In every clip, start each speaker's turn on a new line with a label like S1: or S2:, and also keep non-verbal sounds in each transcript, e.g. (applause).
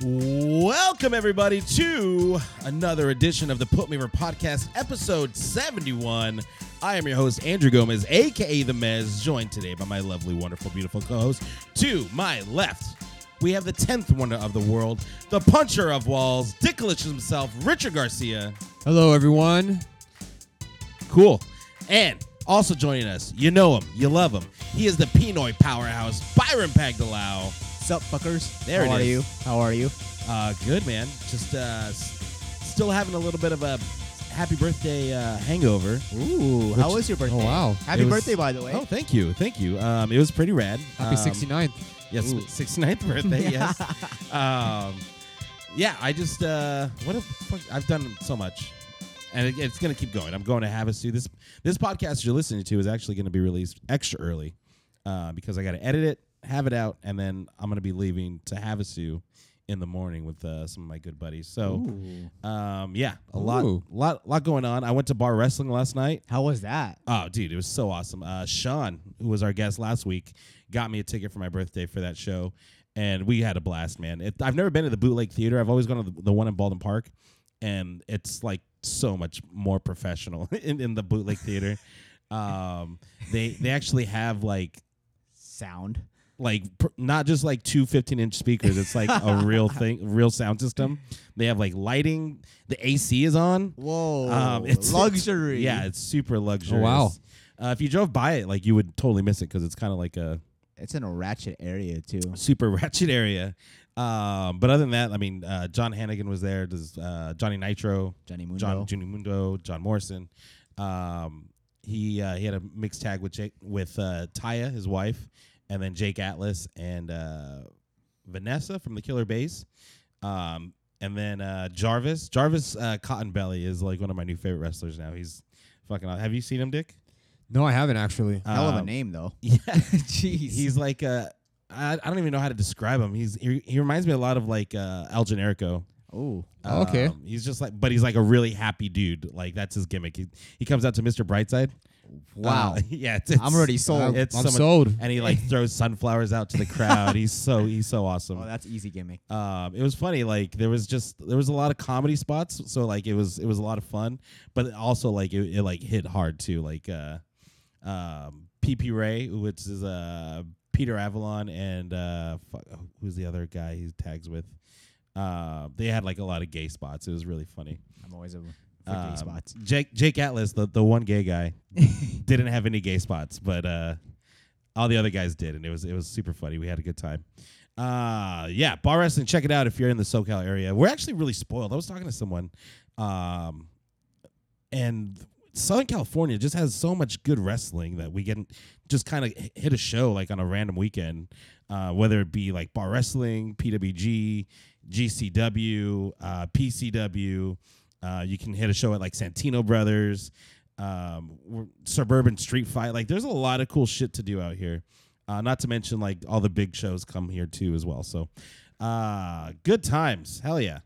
S1: Welcome, everybody, to another edition of the Put Me Over Podcast, episode 71. I am your host, Andrew Gomez, aka The Mez, joined today by my lovely, wonderful, beautiful co host. To my left, we have the 10th wonder of the world, the puncher of walls, Dickolich himself, Richard Garcia.
S2: Hello, everyone.
S1: Cool. And also joining us, you know him, you love him. He is the Pinoy powerhouse, Byron Pagdalao.
S3: Sup, fuckers?
S1: There
S3: How
S1: it
S3: are
S1: is.
S3: you? How are you?
S1: Uh, good man. Just uh, s- still having a little bit of a happy birthday uh, hangover.
S3: Ooh, how
S1: Which-
S3: was your birthday?
S2: oh, wow.
S3: Happy
S1: It was-
S3: birthday, by the way.
S1: Oh, thank you, thank you. Um, it was pretty rad. Um,
S2: Happy 69th.
S1: Yes,
S2: Ooh.
S1: 69th (laughs)
S3: (laughs)
S1: birthday. yes. Um, yeah, I just uh, what if fuck, I've done so much, and it, it's gonna keep going. I'm going to Havasu. This this podcast you're listening to is actually going to be released extra early uh, because I got to edit it, have it out, and then I'm gonna be leaving to Havasu in the morning with uh, some of my good buddies. So. Um, yeah, a lot,
S2: Ooh.
S1: lot, lot going on. I went to bar wrestling last night.
S3: How was that?
S1: Oh, dude, it was so awesome. Uh, Sean, who was our guest last week, got me a ticket for my birthday for that show, and we had a blast, man. It, I've never been to the Bootleg Theater. I've always gone to the, the one in Baldwin Park, and it's like so much more professional (laughs) in, in the Bootleg Theater. um, they they actually have like
S3: Sound.
S1: like pr- not just like two 15 inch speakers it's like a real thing real sound system they have like lighting the ac is on
S3: Whoa.
S1: um,
S3: Oh,
S1: (laughs)
S3: luxury.
S1: yeah, it's super luxurious.
S2: wow.
S1: Uh, if you drove by it, like you would totally miss it because it's kind of like a
S3: It's in a ratchet area, too.
S1: super (laughs) ratchet area. Um, but other than that, I mean, uh, John Hannigan was there. Does uh, Johnny Nitro,
S3: Johnny Mundo.
S1: John Johnny Mundo, John Morrison. Um, he uh, he had a mixed tag with Jake, with uh, Taya, his wife, and then Jake Atlas and uh, Vanessa from the Killer Base. Um, and then uh, Jarvis, Jarvis uh, Cotton Belly is like one of my new favorite wrestlers now. He's fucking. aw- Have you seen him, Dick?
S2: No, I haven't actually.
S3: Hell of a
S1: Um,
S3: name, though.
S1: Yeah,
S3: (laughs) Jeez.
S1: he's like uh, I, I don't even know how to describe him. He's he, he reminds me a lot of like uh, El Generico.
S3: oh.
S2: Oh, okay.
S1: Um, he's just like, but he's like a really happy dude. Like that's his gimmick. He, he comes out to Mr. Brightside.
S3: Wow.
S1: Uh, (laughs) yeah, it's, it's,
S3: I'm already
S2: I'm,
S3: sold.
S1: it's
S2: I'm
S1: someone-
S2: sold.
S1: And he like throws sunflowers out to the crowd. he's so he's so
S3: (laughs)
S1: awesome.
S3: oh, that's easy gimmick.
S1: um, it was funny. Like there was just there was a lot of comedy spots, so like it was it was a lot of fun, but also like it, it like hit hard too. Like uh, um, PP Ray, which is uh Peter Avalon, and uh, fu- who's the other guy he tags with? Uh, they had like a lot of gay spots. It was really funny.
S3: I'm always a for
S1: Um,
S3: gay spots.
S1: Jake Jake Atlas, the, the one gay guy, didn't have any gay spots, but uh, all the other guys did, and it was it was super funny. We had a good time. Uh, yeah, bar wrestling. Check it out if you're in the SoCal area. We're actually really spoiled. I was talking to someone, um, and Southern California just has so much good wrestling that we can just kind of hit a show like on a random weekend, uh, whether it be like bar wrestling, PWG, GCW, uh, PCW. Uh, you can hit a show at like Santino Brothers, um, we're- Suburban Street Fight. Like, there's a lot of cool shit to do out here. Uh, not to mention like all the big shows come here too as well. So, uh, good times. Hell yeah.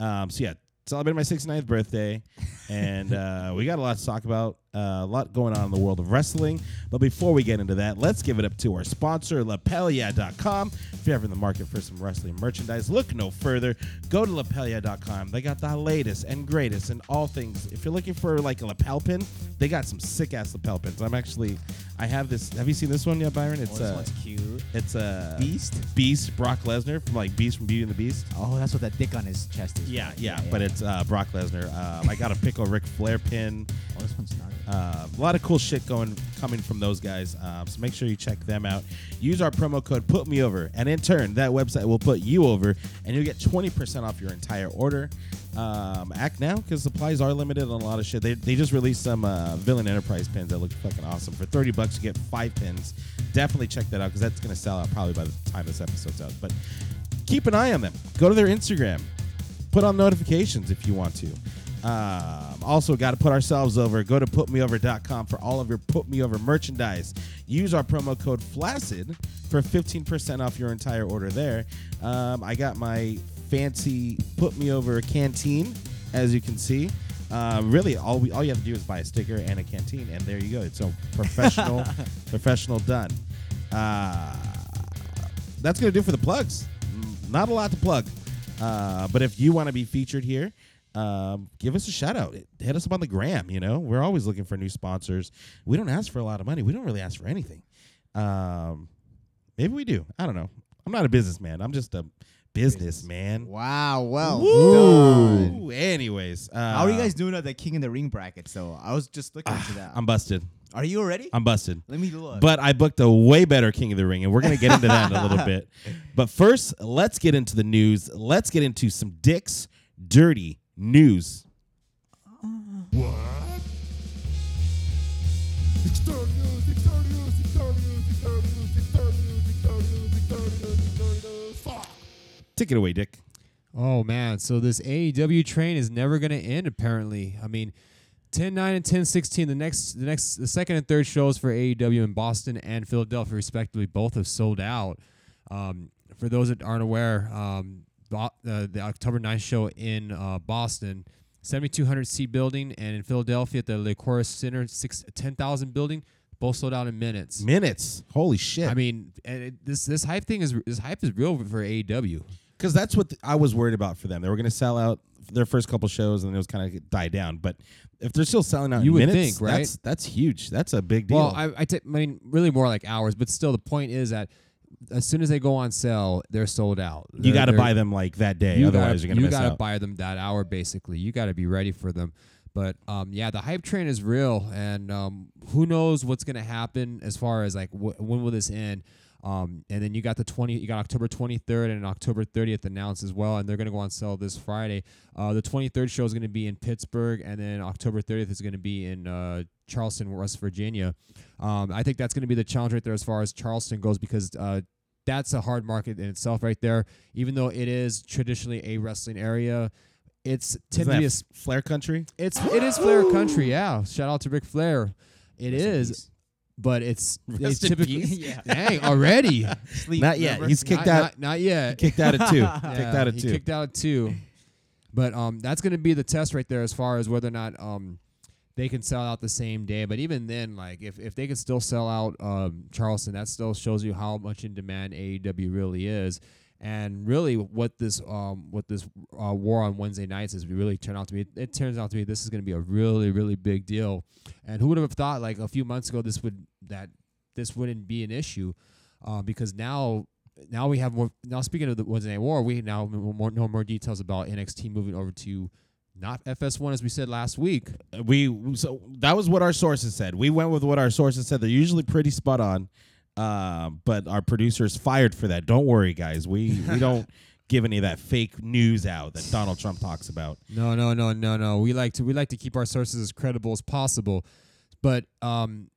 S1: Um, so yeah, celebrated my 69th birthday, and uh, we got a lot to talk about. Uh, a lot going on in the world of wrestling. But before we get into that, let's give it up to our sponsor, Lapelia.com. If you're ever in the market for some wrestling merchandise, look no further. Go to Lapelia.com. They got the latest and greatest in all things. If you're looking for like a lapel pin, they got some sick ass lapel pins. I'm actually, I have this. Have you seen this one yet, Byron?
S3: Oh,
S1: It's
S3: this
S1: uh,
S3: one's cute.
S1: it's a
S3: Beast?
S1: Beast Brock Lesnar from like Beast from Beauty and the Beast.
S3: Oh, that's what that dick on his chest is.
S1: Yeah, yeah, but it's uh, Brock Lesnar. Um, I got a pickle Ric Flair pin.
S3: Oh, this one's not.
S1: Uh, a lot of cool shit going coming from those guys. Um, so make sure you check them out. Use our promo code Put Me Over, and in turn, that website will put you over, and you'll get twenty percent off your entire order. Um, act now because supplies are limited on a lot of shit. They, they just released some uh, Villain Enterprise pins that look fucking awesome. For thirty bucks, you get five pins. Definitely check that out because that's gonna sell out probably by the time this episode's out. But keep an eye on them. Go to their Instagram put on notifications if you want to. Um, also, got to put ourselves over. Go to putmeover.com for all of your Put Me Over merchandise. Use our promo code Flaccid for 15% off your entire order there. Um, I got my fancy Put Me Over canteen, as you can see. Uh, really, all we all you have to do is buy a sticker and a canteen, and there you go. It's so professional, professional done. Uh, that's gonna do for the plugs. Not a lot to plug. Uh, but if you want to be featured here, um, give us a shout out. Hit us up on the gram. You know, we're always looking for new sponsors. We don't ask for a lot of money. We don't really ask for anything. Um, maybe we do. I don't know. I'm not a businessman. I'm just a businessman.
S3: Wow. Well
S1: Woo!
S3: done.
S1: Anyways, uh,
S3: How are you guys doing at the King in the Ring bracket? So I was just looking into that.
S1: I'm busted.
S3: are you already?
S1: I'm busted.
S3: Let me look.
S1: But I booked a way better King of the Ring, and we're going to get into that in a little bit. But first, let's get into the news. Let's get into some dicks dirty news. Take it away, Dick.
S2: Oh man, so this AEW train is never going to end apparently. I mean, 10 9 and 10 16 the next the next the second and third shows for AEW in Boston and Philadelphia respectively both have sold out. Um, for those that aren't aware, um, Bo- uh, the October 9th show in uh, Boston, 7200 seat building and in Philadelphia at the Le Chorus Center six, 10,000 building both sold out in minutes.
S1: Minutes. Holy shit.
S2: I mean, and it, this this hype thing is this hype is real for E AEW.
S1: because that's what th- I was worried about for them. They were going to sell out their first couple shows, and it was kind of die down. But if they're still selling out,
S2: You
S1: in
S2: would
S1: minutes,
S2: think, right?
S1: That's, that's huge. That's a big deal.
S2: Well, I I take- I mean, really more like hours, but still, the point is that as soon as they go on sale, they're sold out.
S1: you
S2: They're-
S1: got to
S2: they're-
S1: buy them like that day,
S2: you
S1: otherwise you're
S2: gotta,
S1: going to
S2: you
S1: miss
S2: gotta
S1: out.
S2: buy them that hour, basically. You got to be ready for them. But um, yeah, the hype train is real, and um, who knows what's gonna happen as far as like wh- when will this end? Um, and then you got the twenty, you got October twenty third and October thirtieth announced as well, and they're gonna go on sale this Friday. Uh, the twenty third show is gonna be in Pittsburgh, and then October thirtieth is gonna be in uh, Charleston, West Virginia. Um, I think that's gonna be the challenge right there as far as Charleston goes because uh, that's a hard market in itself right there. Even though it is traditionally a wrestling area, it's
S1: Isn't
S2: tend to
S1: that
S2: be a,
S1: f- Flair Country?
S2: it's it is Flair country. Yeah, shout out to Ric Flair. It is, but it's they
S1: Rest in
S2: typically
S1: (laughs) peace.
S2: (laughs) dang
S1: (laughs)
S2: already
S3: Sleep,
S1: Not yet.
S3: remember?
S1: He's kicked
S2: not,
S1: out.
S2: Not, not yet.
S1: kicked out
S2: (laughs)
S1: at two.
S2: Yeah,
S1: kicked out at
S2: he
S1: two.
S2: Kicked out at two. But um, that's going to be the test right there as far as whether or not um, they can sell out the same day. But even then, like if, if they can still sell out um, Charleston, that still shows you how much in demand AEW really is. And really, what this um, what this uh, war on Wednesday nights is really turned out to be. It turns out to be this is going to be a really really big deal. And who would have thought like a few months ago this would that this wouldn't be an issue, uh, because now now we have more. Now speaking of the Wednesday Night War, we now m- more, know more details about NXT moving over to not FS1 as we said last week.
S1: we so that was what our sources said. We went with what our sources said. They're usually pretty spot on, uh, but our producers fired for that. Don't worry, guys. We
S2: (laughs)
S1: we don't give any of that fake news out that Donald Trump talks about.
S2: No, no, no, no, no. We like to we like to keep our sources as credible as possible, but um,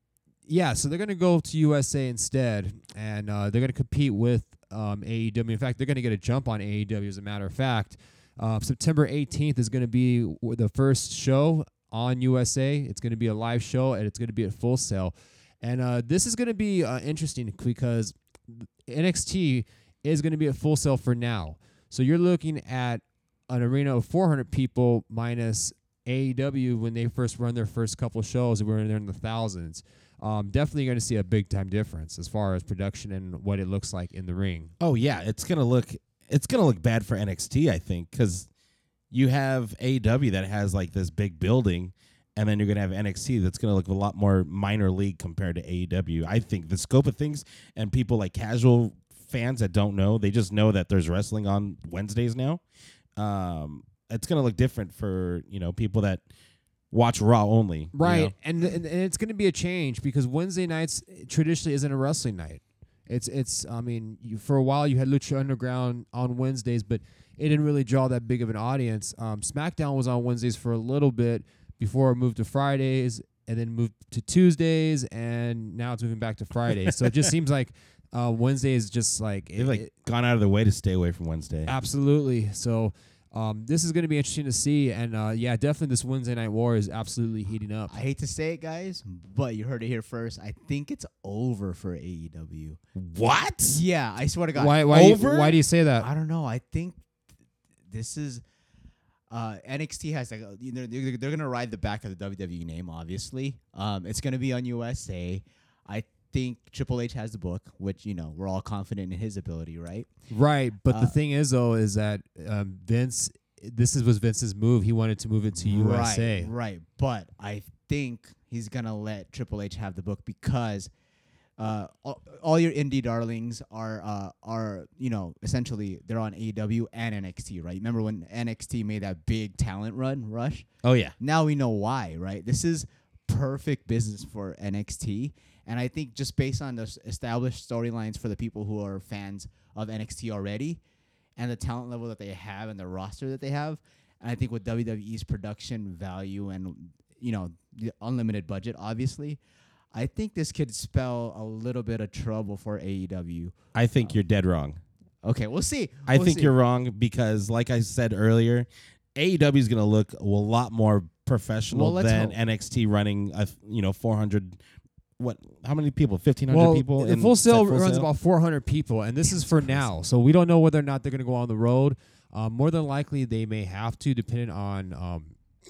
S2: yeah. So they're gonna go to USA instead, and uh, they're gonna compete with um, AEW. In fact, they're gonna get a jump on AEW. As a matter of fact, uh, September 18th is gonna be w- the first show on USA. It's gonna be a live show, and it's gonna be at Full Sail, and uh, this is gonna be uh, interesting because NXT is going to be at full sale for now. So you're looking at an arena of 400 people minus AEW when they first run their first couple shows. We're in there in the thousands. Um, definitely going to see a big time difference as far as production and what it looks like in the ring.
S1: Oh yeah, it's gonna look it's gonna look bad for NXT, I think, because you have AEW that has like this big building, and then you're gonna have NXT that's gonna look a lot more minor league compared to AEW. I think the scope of things and people like casual fans that don't know, they just know that there's wrestling on Wednesdays now. Um, it's gonna look different for you know people that watch Raw only, you
S2: Right.
S1: know?
S2: And, and and it's going to be a change because Wednesday nights eh, traditionally isn't a wrestling night. It's it's I mean, you, for a while you had Lucha Underground on Wednesdays, but it didn't really draw that big of an audience. Um, SmackDown was on Wednesdays for a little bit before it moved to Fridays and then moved to Tuesdays and now it's moving back to Fridays. so it just seems like (laughs) uh, Wednesday is just like it-
S1: They've like
S2: it- Uh,
S1: gone out of their way to stay away from Wednesday.
S2: Absolutely. So um, this is going to be interesting to see, and uh, yeah, definitely this Wednesday night war is absolutely heating up.
S3: I hate to say it, guys, but you heard it here first. I think it's over for AEW.
S1: what?
S3: Yeah, I swear to God.
S2: Why? Why? do you-
S1: Over?
S2: why do you say
S3: (laughs)
S2: that?
S3: I don't know. I think this is uh, NXT has like a- you know they're, E they're gonna ride the back of the WWE name. Obviously, um, it's gonna be on USA. I think Triple H has the book, which you know we're all confident in his ability, right?
S2: Right, but
S3: Uh,
S2: the thing is though is that um, Vince, this is was Vince's move. He wanted to move it to USA.
S3: Right, right. But I think he's gonna let Triple H have the book because uh, all, all your indie darlings are uh, are you know essentially they're on AEW and NXT, right? Remember when NXT made that big talent run rush?
S1: Oh yeah.
S3: Now we know why, right? This is perfect business for NXT, and I think just based on the s- established storylines for the people who are fans of NXT already, and the talent level that they have and the roster that they have, and I think with WWE's production value and you know the unlimited budget, obviously, I think this could spell a little bit of trouble for AEW.
S1: I think you're dead wrong.
S3: Okay, we'll see.
S1: I
S3: We'll
S1: think
S3: see.
S1: you're wrong because, like I said earlier, AEW is going to look a lot more professional
S3: Well, let's
S1: than
S3: hope.
S1: NXT running a f- you know 400. What? How many people? 1,500
S2: Well,
S1: people.
S2: the
S1: in
S2: full
S1: said
S2: sale runs
S1: Sail?
S2: about 400 people, and this is for now. So we don't know whether or not they're going to go on the road. Um, more than likely, they may have to, depending on um,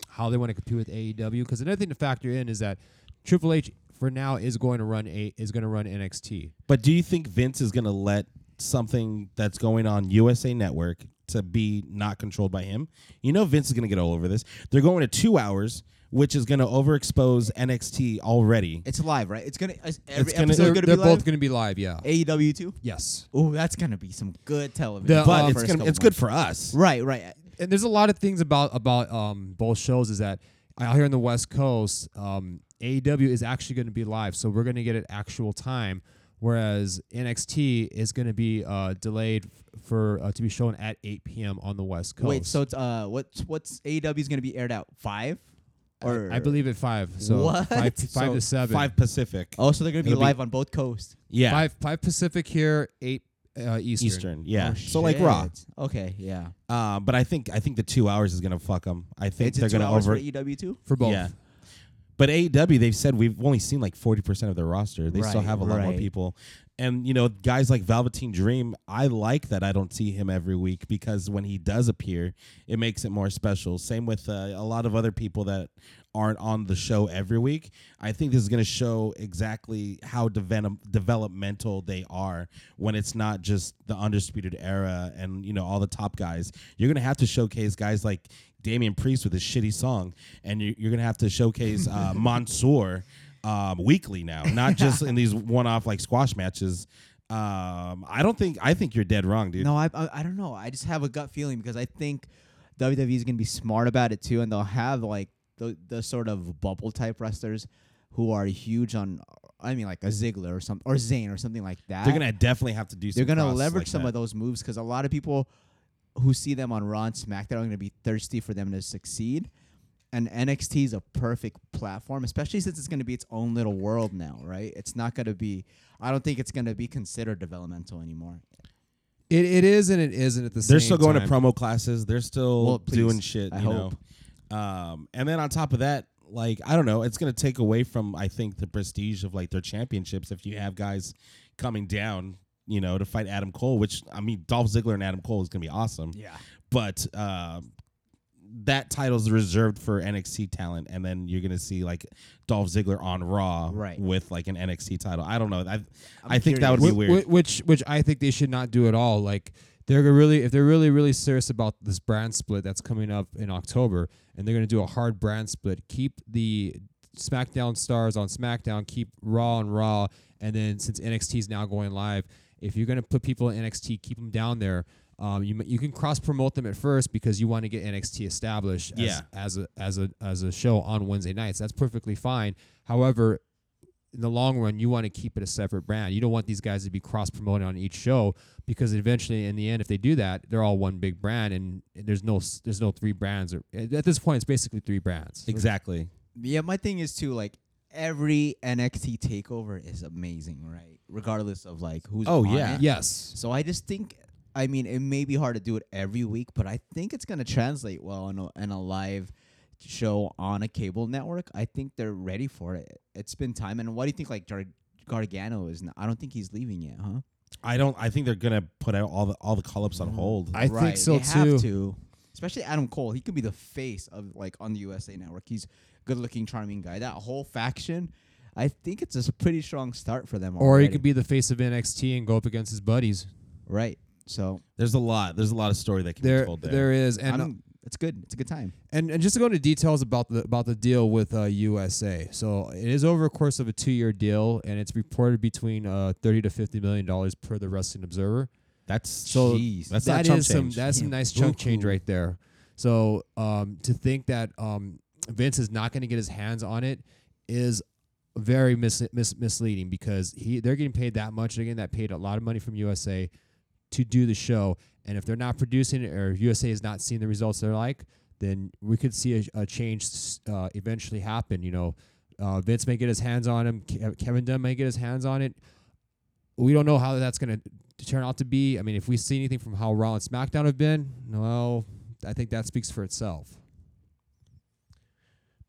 S2: how they want to compete with AEW. Because another thing to factor in is that Triple H for now is going to run a is going to run NXT.
S1: But do you think Vince is going to let something that's going on USA Network to be not controlled by him? You know, Vince is going to get all over this. They're going to two hours, which is going to overexpose NXT already.
S3: It's live, right? It's gonna. Is every
S1: gonna-
S3: episode
S2: they're
S3: gonna
S2: they're
S3: be
S2: both
S3: live.
S2: going to be live. Yeah.
S3: AEW too.
S2: yes.
S3: Oh, that's gonna be some good television.
S2: The,
S3: for
S1: But
S2: uh,
S1: it's
S3: first
S1: gonna,
S3: couple
S1: it's good
S3: months.
S1: for us.
S3: Right, right. Uh,
S2: and there's a lot of things about about um, both shows is that out here on the West Coast, um, AEW is actually going to be live, so we're going to get it actual time, whereas NXT is going to be uh, delayed f- for uh, to be shown at 8 p.m. on the West Coast.
S3: Wait, so it's uh, what's what's AEW is gonna be aired out five, or
S2: I believe at five, so
S3: What?
S2: five five
S1: So,
S2: to seven,
S1: Five Pacific.
S3: Oh, so they're gonna be
S1: It'll be-
S3: live on both coasts.
S1: yeah.
S2: five, five Pacific here, eight uh, Eastern.
S1: Eastern. Yeah.
S3: Oh,
S1: so like Raw.
S3: shit. Okay, yeah.
S1: Uh, but I think I think the two hours is gonna fuck them. I think
S3: It's
S1: they're
S3: a two
S1: gonna
S3: hours
S1: over.
S3: for AEW too.
S2: for both.
S1: Yeah. But AEW, they've said we've only seen like forty percent of their roster. They still
S3: Right,
S1: have a lot more
S3: right.
S1: people, and you know, guys like Velveteen Dream. I like that I don't see him every week because when he does appear, it makes it more special. Same with uh, a lot of other people that aren't on the show every week. I think this is going to show exactly how deven- developmental they are when it's not just the undisputed era and you know all the top guys. You're going to have to showcase guys like Damian Priest with his shitty song, and you- you're going to have to showcase uh, Mansoor um, weekly now, not
S3: (laughs)
S1: just in these one-off like squash matches. Um, I don't think I think you're dead wrong, dude.
S3: No, I, I I don't know. I just have a gut feeling because I think WWE is gonna be smart about it too, and they'll have like the the sort of bubble type wrestlers who are huge on. I mean, like a Ziggler or something, or Zayn or something like that.
S1: They're gonna definitely have to do.
S3: they're
S1: some
S3: gonna
S1: crosses
S3: leverage
S1: like
S3: some
S1: that.
S3: of those moves because a lot of people who see them on Raw and SmackDown are gonna be thirsty for them to succeed. And NXT is a perfect platform, especially since it's gonna be its own little world now, right? It's not gonna be. I don't think it's gonna be considered developmental anymore.
S2: It, it is and it isn't at the same.
S1: They're still going
S2: time.
S1: to promo classes. They're still
S3: Well, please.
S1: doing shit.
S3: I
S1: you
S3: hope.
S1: know. Um, and then on top of that, like I don't know, it's going to take away from I think the prestige of like their championships if you have guys coming down, you know, to fight Adam Cole. Which I mean, Dolph Ziggler and Adam Cole is going to be awesome.
S3: Yeah.
S1: But um, that title's reserved for NXT talent, and then you're going to see like Dolph Ziggler on Raw
S3: Right.
S1: with like an NXT title. I don't know. I I think that would be
S2: Wh-
S1: weird.
S2: wh- Which which I think they should not do at all. Like they're gonna really if they're really really serious about this brand split that's coming up in October, and they're gonna do a hard brand split. Keep the SmackDown stars on SmackDown. Keep Raw on Raw, and then since NXT is now going live, if you're gonna put people in NXT, keep them down there. Um, you m- you can cross promote them at first because you want to get NXT established as,
S1: Yeah.
S2: as a as a as a show on Wednesday nights. That's perfectly fine. However, in the long run, you want to keep it a separate brand. You don't want these guys to be cross promoting on each show because eventually, in the end, if they do that, they're all one big brand, and there's no s- there's no three brands. Or at this point, it's basically three brands.
S1: exactly.
S3: Yeah, my thing is too like every NXT takeover is amazing, right? Regardless of like who's
S1: Oh,
S3: on
S1: yeah.
S3: it.
S2: Yes.
S3: So I just think, I mean, it may be hard to do it every week, but I think it's going to translate well in a, in a live show on a cable network. I think they're ready for it. It's been time. And what do you think, like, Gar- Gargano is? Not, I don't think he's leaving yet, huh?
S1: I don't. I think they're gonna put out all the all the call ups on hold.
S2: I think
S3: Right,
S2: so
S3: they Have
S2: too.
S3: to. Especially Adam Cole, he could be the face of like on the USA Network. He's good-looking, charming guy. That whole faction, I think it's a pretty strong start for them.
S2: Or
S3: already.
S2: he could be the face of NXT and go up against his buddies.
S3: right. So
S1: There's a lot. There's a lot of story that can be
S2: There,
S1: told there.
S2: there is, and uh,
S3: I'm, it's good. It's a good time.
S2: And and just to go into details about the about the deal with uh, USA, so it is over a course of a two year deal, and it's reported between uh, thirty to fifty million dollars per the Wrestling Observer.
S1: That's
S2: So
S1: Jeez. that's
S2: That
S1: not
S2: is
S1: chump
S2: some
S1: change.
S2: that's some
S3: Yeah,
S2: nice chunk
S3: buku.
S2: change right there. So um, to think that um, Vince is not going to get his hands on it is very mis- mis- misleading because he they're getting paid that much. They're getting that paid a lot of money from USA to do the show, and if they're not producing it or if USA is not seeing the results they're like, then we could see a, a change s- uh, eventually happen. You know, uh, Vince may get his hands on him. Ke- Kevin Dunn may get his hands on it. We don't know how that's going to turn out to be. I mean, if we see anything from how Raw and SmackDown have been, well, I think that speaks for itself.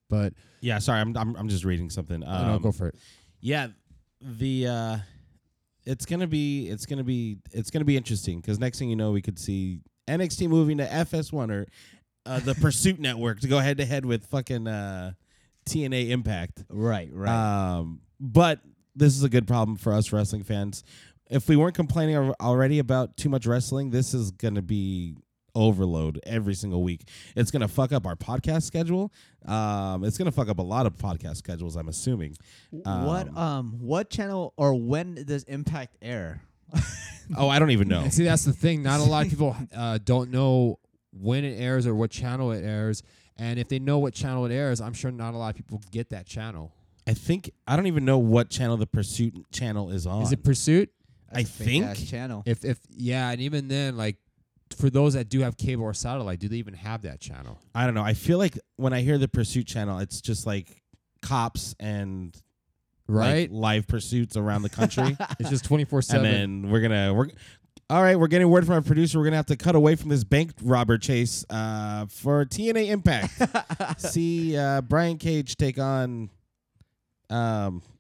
S2: But
S1: yeah, sorry, I'm, I'm I'm just reading something.
S2: I don't know,
S1: Um,
S2: go for it.
S1: yeah, the uh, it's gonna be it's gonna be it's gonna be interesting because next thing you know, we could see NXT moving to FS1 or uh, the Pursuit (laughs) Network to go head to head with fucking uh, TNA Impact.
S3: Right.
S1: Um, but this is a good problem for us wrestling fans. If we weren't complaining al- already about too much wrestling, this is going to be overload every single week. It's going to fuck up our podcast schedule. Um, it's going to fuck up a lot of podcast schedules, I'm assuming.
S3: what um what channel or when does Impact air?
S1: Oh, I don't even know.
S2: And see, that's the thing. Not a lot of people (laughs) uh, don't know when it airs or what channel it airs. And if they know what channel it airs, I'm sure not a lot of people get that channel.
S1: I think I don't even know what channel the Pursuit channel is on.
S2: Is it Pursuit?
S1: I
S3: That's a big ass
S1: think-
S3: channel.
S2: If if yeah, and even then, like for those that do have cable or satellite, do they even have that channel?
S1: I don't know. I feel like when I hear the Pursuit channel, it's just like cops and like,
S2: Right?
S1: live pursuits around the
S2: (laughs)
S1: country.
S2: it's just twenty four
S1: and
S2: seven.
S1: then we're gonna we're all right we're getting word from our producer we're gonna have to cut away from this bank robber chase uh, for tna
S2: (laughs)
S1: impact see uh, brian cage take on um (laughs)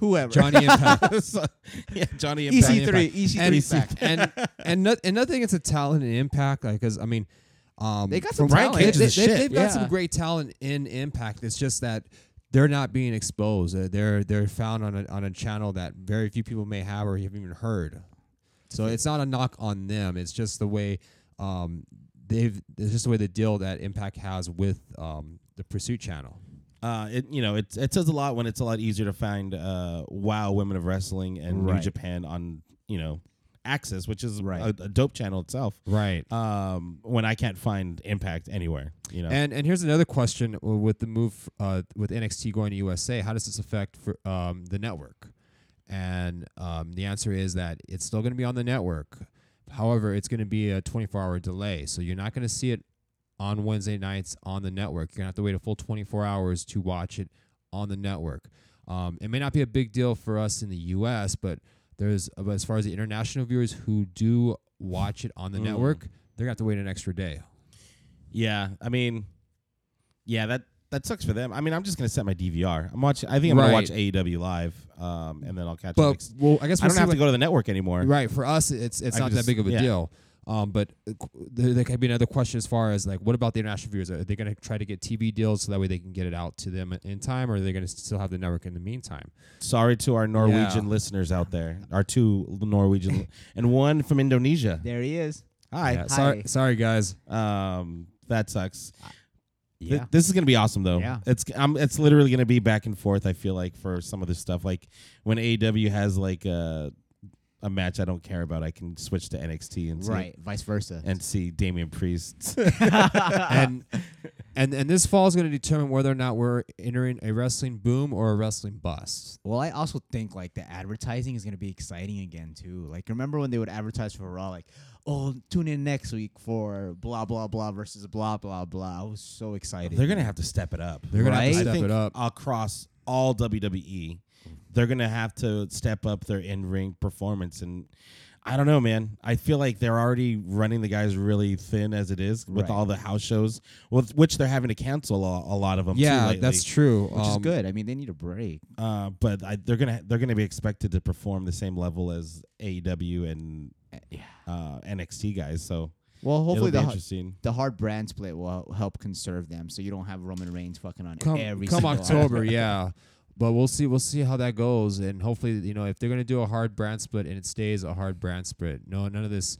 S3: Whoever.
S2: Johnny Impact.
S1: so- yeah johnny impact
S2: E
S3: EC3,
S2: And-
S3: EC3 back.
S2: (laughs) and and no, and nothing against the talent and impact, like because I mean, um,
S3: They got some
S2: from what I-
S1: talent. Brian Cage is
S2: They,
S1: the
S2: they,
S1: shit.
S2: They've got some
S3: Yeah.
S2: great talent in impact. It's just that they're not being exposed. Uh, they're they're found on a on a channel that very few people may have or have even heard. So it's not a knock on them. It's just the way um, they've. It's just the way the deal that Impact has with um, the Pursuit Channel.
S1: uh, it you know it it says a lot when it's a lot easier to find uh, wow women of wrestling and new
S3: Right.
S1: japan on you know access which is
S3: Right.
S1: a, a dope channel itself
S2: Right.
S1: um when i can't find impact anywhere you know
S2: And and here's another question uh, with the move uh, with NXT going to USA. How does this affect for um, the network? And um, the answer is that it's still going to be on the network. However, it's going to be a 24 hour delay, so you're not going to see it on Wednesday nights on the network. You're going to have to wait a full 24 hours to watch it on the network. Um, it may not be a big deal for us in the U.S., but there's but as far as the international viewers who do watch it on the
S1: Mm.
S2: network, they're going to have to wait an extra day.
S1: Yeah, I mean, yeah, that that sucks for them. I mean, I'm just gonna set my DVR. I'm watching. I think I'm gonna watch AEW live, um, and then I'll catch. up
S2: But
S1: next.
S2: well, I guess
S1: I
S2: we'll
S1: don't
S2: see
S1: have
S2: what-
S1: to go to the network anymore.
S2: Right. For us, it's it's
S1: I
S2: not
S1: just-
S2: that big of a
S1: yeah.
S2: deal. Um, but uh, qu- there, there could be another question as far as like, what about the international viewers? Are they going to try to get TV deals so that way they can get it out to them in time, or are they going to still have the network in the meantime?
S1: Sorry to our Norwegian
S2: Yeah.
S1: listeners out there. Our two Norwegian
S2: (laughs)
S1: and one from Indonesia.
S3: there he is.
S1: Hi.
S2: Yeah, sorry,
S3: Hi.
S2: sorry guys.
S1: Um, that sucks. Th-
S3: Yeah.
S1: this is gonna be awesome though.
S3: Yeah.
S1: It's I'm, it's literally gonna be back and forth. I feel like for some of this stuff, like when AEW has like a a match I don't care about, I can switch to NXT and see
S3: Right. Vice versa.
S1: and see Damian Priest. (laughs)
S2: and and and this fall is going to determine whether or not we're entering a wrestling boom or a wrestling bust.
S3: Well, I also think like the advertising is gonna be exciting again too. Like remember when they would advertise for Raw, like, "Oh, tune in next week for blah blah blah versus blah blah blah." I was so excited.
S1: They're gonna have to step it up.
S2: They're going to have
S3: Right?
S2: to
S1: I
S2: step
S1: think
S2: it up.
S1: across all WWE. They're gonna have to step up their in ring performance, and I don't know, man. I feel like they're already running the guys really thin as it is with
S3: Right.
S1: all the house shows, with which they're having to cancel a, a lot of them. too
S2: Yeah,
S1: lately.
S2: that's true.
S3: which is
S2: Um,
S3: good. I mean, they need a break.
S1: Uh, but I, they're gonna they're gonna be expected to perform the same level as AEW and
S3: yeah.
S1: uh, NXT guys. So
S3: Well, hopefully
S1: it'll be
S3: the hard,
S1: interesting.
S3: the hard brand split will help conserve them, so you don't have Roman Reigns fucking on
S2: come,
S3: every
S2: come
S3: single
S2: October, yeah. But we'll see. We'll see how that goes, and hopefully, you know, if they're gonna do a hard brand split and it stays a hard brand split, no, none of this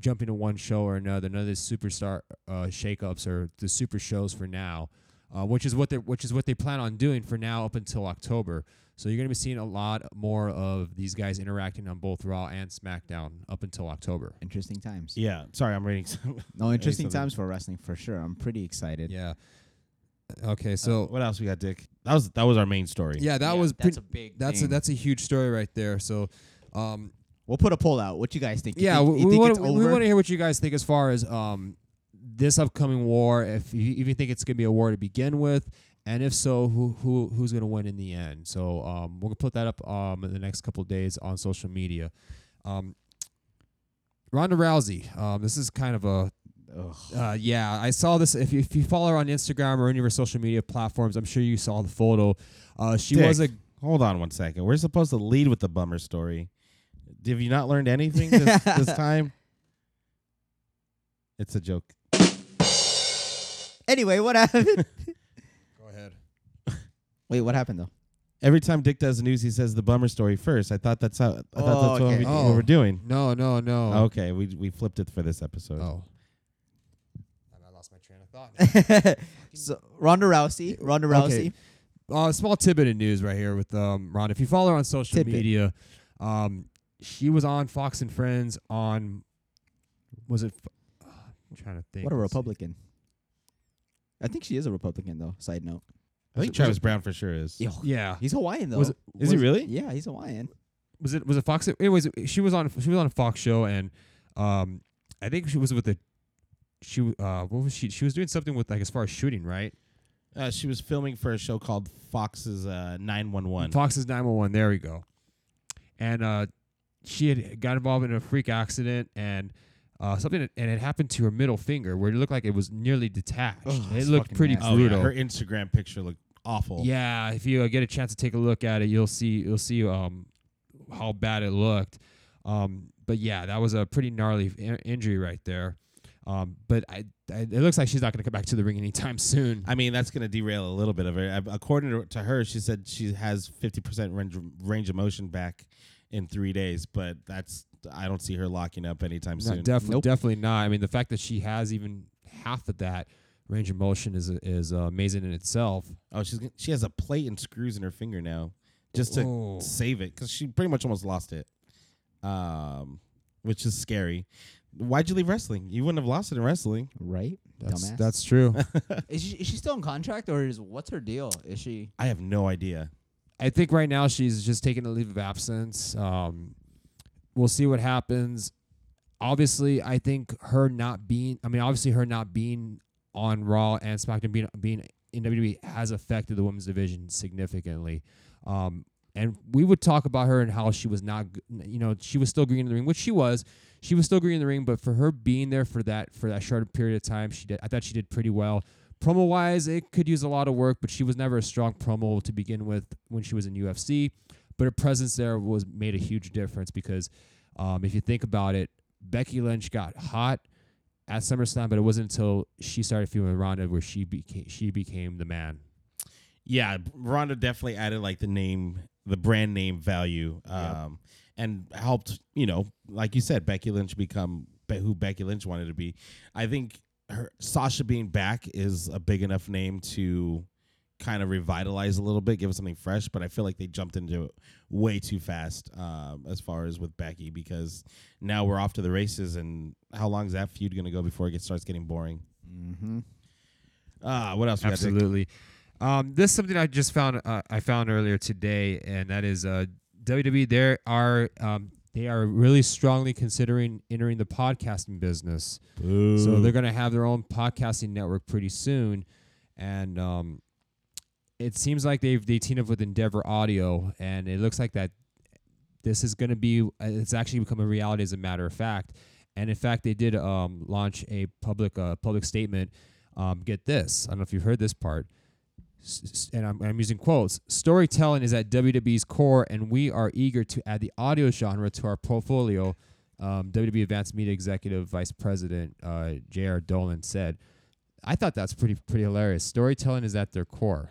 S2: jumping to one show or another, none of this superstar uh, shakeups or the super shows for now, uh, which is what they which is what they plan on doing for now up until October. So you're gonna be seeing a lot more of these guys interacting on both Raw and SmackDown up until October.
S3: (laughs) Interesting times.
S1: Yeah. Sorry, I'm reading. (laughs) Some,
S3: No, interesting
S1: something.
S3: times for wrestling for sure. I'm pretty excited.
S2: Yeah. Okay, so
S1: what else we got, Dick? That was that was our main story.
S2: yeah, that was
S3: that's
S2: pretty,
S3: a big.
S2: that's a,
S3: thing.
S2: that's a huge story right there. So, um,
S3: We'll put a poll out. What you guys think? You
S2: yeah,
S3: think,
S2: we,
S3: you
S2: we
S3: think
S2: want
S3: it's
S2: we
S3: over?
S2: want to hear what you guys think as far as um this upcoming war. If you even think it's gonna be a war to begin with, and if so, who who who's gonna win in the end? So um, we're gonna put that up um in the next couple of days on social media. Um, Ronda Rousey. Um, this is kind of a
S3: Ugh.
S2: uh, yeah, I saw this. If you, if you follow her on Instagram or any of her social media platforms, I'm sure you saw the photo. Uh, she
S1: Dick,
S2: was a
S1: Hold on one second. We're supposed to lead with the bummer story. Have you not learned anything this, (laughs) this time? It's a joke.
S3: Anyway, what
S2: (laughs)
S3: happened? (laughs)
S2: Go ahead.
S3: Wait, what happened though?
S1: Every time Dick does the news, he says the bummer story first. I thought that's how. I
S3: Oh,
S1: thought that's
S3: okay.
S1: what, we,
S2: Oh.
S1: what we're doing.
S2: No, no, no.
S1: Okay, we we flipped it for this episode.
S2: Oh. I lost my train of thought.
S3: (laughs) so Ronda Rousey, Ronda
S2: Okay.
S3: Rousey.
S2: uh, small tidbit of news right here with um, Ron. If you follow her on social
S3: Tidbit.
S2: media, um, she was on Fox and Friends on, was it? f- I'm trying to think.
S3: What a
S2: Let's see.
S3: Republican. I think she is a Republican though. Side note.
S1: I think
S2: Was it-
S1: Travis Brown for sure is.
S3: Yo,
S2: Yeah.
S3: he's Hawaiian though.
S2: Was it,
S1: Is he really?
S3: Yeah, he's Hawaiian.
S2: was it was it Fox? Anyways, she was on she was on a Fox show, and um, I think she was with a she w- uh what was she she was doing something with like as far as shooting right
S1: Uh, she was filming for a show called Fox's uh, Nine One One.
S2: Fox's nine one one there we go, and uh she had got involved in a freak accident and. Uh, something that- and it happened to her middle finger where it looked like it was nearly detached.
S3: Ugh,
S2: it
S3: that's
S2: looked
S3: fucking
S2: pretty
S3: nasty.
S1: Oh, yeah.
S2: brutal.
S1: Her Instagram picture looked awful.
S2: Yeah, if you uh, get a chance to take a look at it, you'll see you'll see um how bad it looked. Um, but yeah, that was a pretty gnarly in- injury right there. Um, but I, I, it looks like she's not going to come back to the ring anytime (laughs) soon.
S1: I mean, that's going to derail a little bit of her. I- According to- to her, she said she has 50% range, range of motion back in three days, but that's, I don't see her locking up anytime
S2: No,
S1: soon.
S2: definitely,
S3: Nope.
S2: definitely not. I mean, the fact that she has even half of that range of motion is is uh, amazing in itself.
S1: oh, she's gon- she has a plate and screws in her finger now just to
S2: Oh.
S1: save it because she pretty much almost lost it, um, which is scary. Why'd you leave wrestling? You wouldn't have lost it in wrestling.
S3: Right?
S2: That's
S3: Dumbass.
S2: that's true.
S3: (laughs) is she is she still in contract or is what's her deal? Is she
S1: I have no idea.
S2: I think right now she's just taking a leave of absence. Um, we'll see what happens. Obviously, I think her not being, I mean, obviously her not being on Raw and SmackDown being, being in WWE has affected the women's division significantly. Um, and we would talk about her and how she was not, g- you know, she was still green in the ring, which she was. She was still green in the ring, but for her being there for that for that short period of time, she did. I thought she did pretty well. Promo wise, it could use a lot of work, but she was never a strong promo to begin with when she was in UFC. But her presence there was made a huge difference because um, if you think about it, Becky Lynch got hot at SummerSlam, but it wasn't until she started feuding with Ronda where she became she became the man.
S1: Yeah, Ronda definitely added like the name, the brand name value,
S2: Yep.
S1: um, and helped you know, like you said, Becky Lynch become be- who Becky Lynch wanted to be. I think her Sasha being back is a big enough name to kind of revitalize a little bit, give us something fresh. But I feel like they jumped into it way too fast um, as far as with Becky because now we're off to the races, and how long is that feud going to go before it gets, starts getting boring?
S3: mm-hmm.
S1: Ah, what else? we got, Dick?
S2: Absolutely. Um, this is something I just found uh, I found earlier today, and that is uh, WWE. There are um, they are really strongly considering entering the podcasting business. So
S1: Mm.
S2: they're going to have their own podcasting network pretty soon, and um, it seems like they've they teamed up with Endeavor Audio, and it looks like that this is going to be uh, it's actually become a reality as a matter of fact. And in fact, they did um, launch a public uh, public statement. Um, get this, I don't know if you've heard this part. S- s- And I'm, I'm using quotes. Storytelling is at WWE's core, and we are eager to add the audio genre to our portfolio um, WWE Advanced Media Executive Vice President uh, J.R. Dolan said, "I thought that's pretty pretty hilarious. Storytelling is at their core."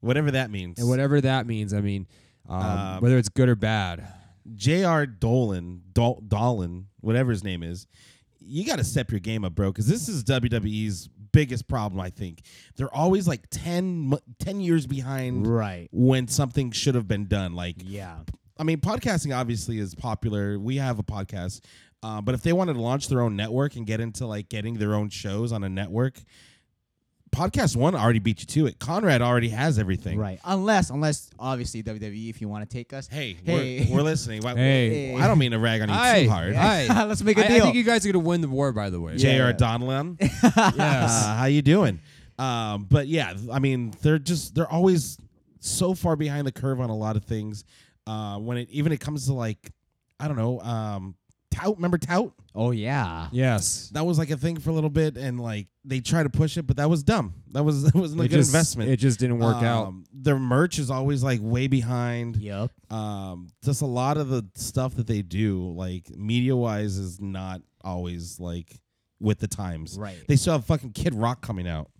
S1: whatever that means.
S2: and whatever that means. I mean, um,
S1: Um,
S2: whether it's good or bad.
S1: J.R. Dolan, Dol- Dolan, whatever his name is, you got to step your game up, bro, because this is WWE's biggest problem, I think. They're always like 10, mo- 10 years behind
S3: Right.
S1: when something should have been done. Like,
S3: Yeah.
S1: I mean, podcasting obviously is popular. We have a podcast, uh, but if they wanted to launch their own network and get into like getting their own shows on a network, podcast one already beat you to it. Conrad already has everything.
S3: Right. Unless, unless obviously WWE, if you want to take us.
S1: Hey,
S3: Hey.
S1: We're, we're listening.
S3: (laughs)
S1: Why-
S2: Hey.
S1: I don't mean to rag on you
S2: Hey.
S1: too hard. (laughs)
S2: Yeah. Aye.
S3: Let's make
S2: I,
S3: a
S2: I
S3: deal.
S2: think you guys are gonna win the war. By the way,
S1: Jr.
S3: Yeah.
S2: (laughs)
S1: Donlan,
S2: yes.
S1: uh, how you doing? Um, but yeah, th- I mean, they're just they're always so far behind the curve on a lot of things. Uh, when it even it comes to like, I don't know, um, tout. Remember tout?
S3: oh yeah.
S2: Yes.
S1: that was like a thing for a little bit, and like they tried to push it, but that was dumb. That was (laughs) that wasn't a
S2: It
S1: good
S2: just-
S1: investment.
S2: It just didn't work out.
S1: Um, Their merch is always like way behind.
S3: Yep.
S1: Um, just a lot of the stuff that they do, like media wise, is not always like with the times.
S3: Right.
S1: They still have fucking Kid Rock coming out.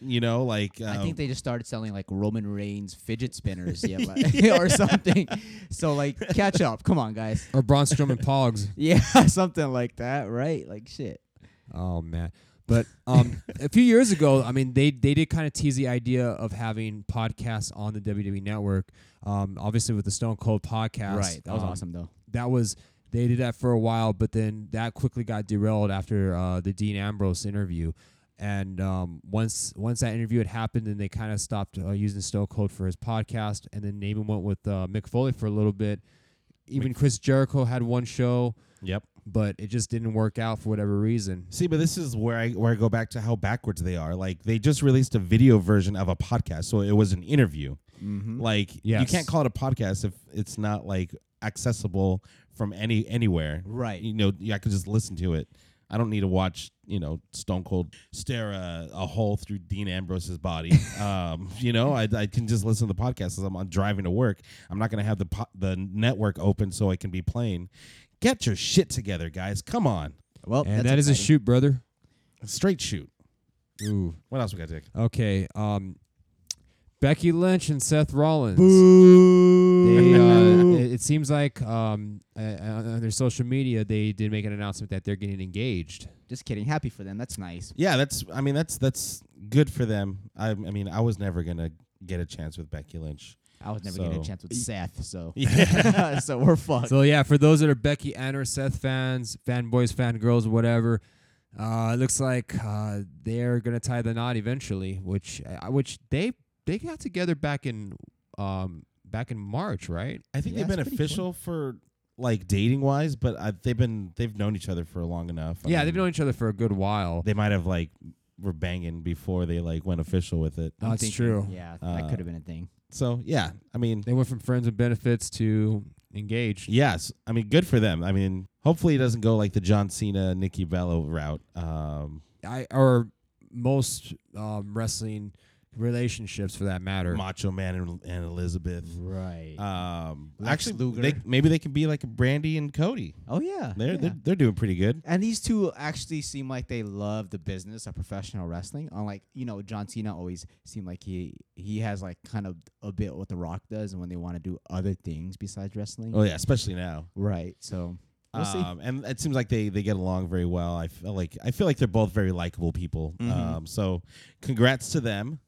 S1: You know, like um,
S3: I think they just started selling like Roman Reigns fidget spinners, yeah, like- (laughs) or something. So like, catch up. Come on, guys.
S2: Or Braun Strowman
S1: (laughs)
S2: Pogs.
S3: Yeah, something like that, right? Like shit.
S2: Oh man. But um, a few years ago, I mean, they they did kind of tease the idea of having podcasts on the WWE Network. Um, obviously with the Stone Cold podcast,
S3: Right. That was
S2: um,
S3: awesome though.
S2: That was they did that for a while, but then that quickly got derailed after uh, the Dean Ambrose interview. And um, once once that interview had happened, then they kind of stopped uh, using Stone Cold for his podcast, and then Naaman went with uh, Mick Foley for a little bit. Even Chris Jericho had one show,
S1: Yep.
S2: but it just didn't work out for whatever reason.
S1: See, but this is where I where I go back to how backwards they are. Like they just released a video version of a podcast, so it was an interview. Like you
S2: Yes.
S1: can't call it a podcast if it's not like accessible from any anywhere.
S3: Right.
S1: You know, yeah, I could just listen to it. I don't need to watch, you know, Stone Cold stare a, a hole through Dean Ambrose's body. um, you know, I, I can just listen to the podcast as I'm on driving to work. I'm not going to have the po- the network open so I can be playing. Get your shit together, guys. Come on,
S3: Well,
S2: and
S3: that's
S2: that is a
S3: exciting.
S2: shoot, brother.
S1: straight shoot.
S2: Ooh.
S1: What else we got, Dick?
S2: Okay. Um, Becky Lynch and Seth Rollins. They,
S3: Boo.
S2: (laughs) uh, it, it seems like um, uh, on on their social media, they did make an announcement that they're getting engaged.
S3: Just kidding. Happy for them. That's nice.
S1: (laughs) Yeah, that's. I mean, that's that's good for them. I, I mean, I was never gonna get a chance with Becky Lynch.
S3: I was never getting a
S1: So-
S3: chance with Seth, so (laughs)
S1: Yeah.
S3: so we're fucked.
S2: So yeah, for those that are Becky and or Seth fans, fanboys, fangirls, whatever, uh, it looks like uh, they're gonna tie the knot eventually. Which uh, which they they got together back in um, back in March, right?
S1: I think
S3: Yeah,
S1: they've been
S3: it's pretty
S1: official for like dating wise, but I, they've been they've known each other for long enough. I
S2: Yeah, they've
S1: mean,
S2: known each other for a good while.
S1: They might have like were banging before they like went official with it.
S3: I'm
S2: That's
S3: thinking,
S2: true.
S3: Yeah,
S1: Uh,
S3: that could have been a thing.
S1: So yeah, I mean,
S2: They went from friends with benefits to engaged.
S1: yes, I mean, good for them. I mean, hopefully it doesn't go like the John Cena Nikki Bello route. Um,
S2: I or most um, wrestling relationships for that matter.
S1: Macho Man and, and Elizabeth.
S3: Right.
S1: Um,
S3: Lex
S1: actually,
S3: Luger.
S1: They, maybe they can be like Brandy and Cody.
S3: oh yeah.
S1: They're,
S3: yeah.
S1: they're they're doing pretty good.
S3: and these two actually seem like they love the business of professional wrestling. Unlike you know, John Cena always seemed like he he has like kind of a bit what The Rock does, and when they want to do other things besides wrestling.
S1: Oh yeah, especially now.
S3: Right. So we'll
S2: Uh,
S3: see.
S1: um, and it seems like they they get along very well. I feel like I feel like they're both very likable people.
S3: Mhm.
S1: Um, so congrats to them.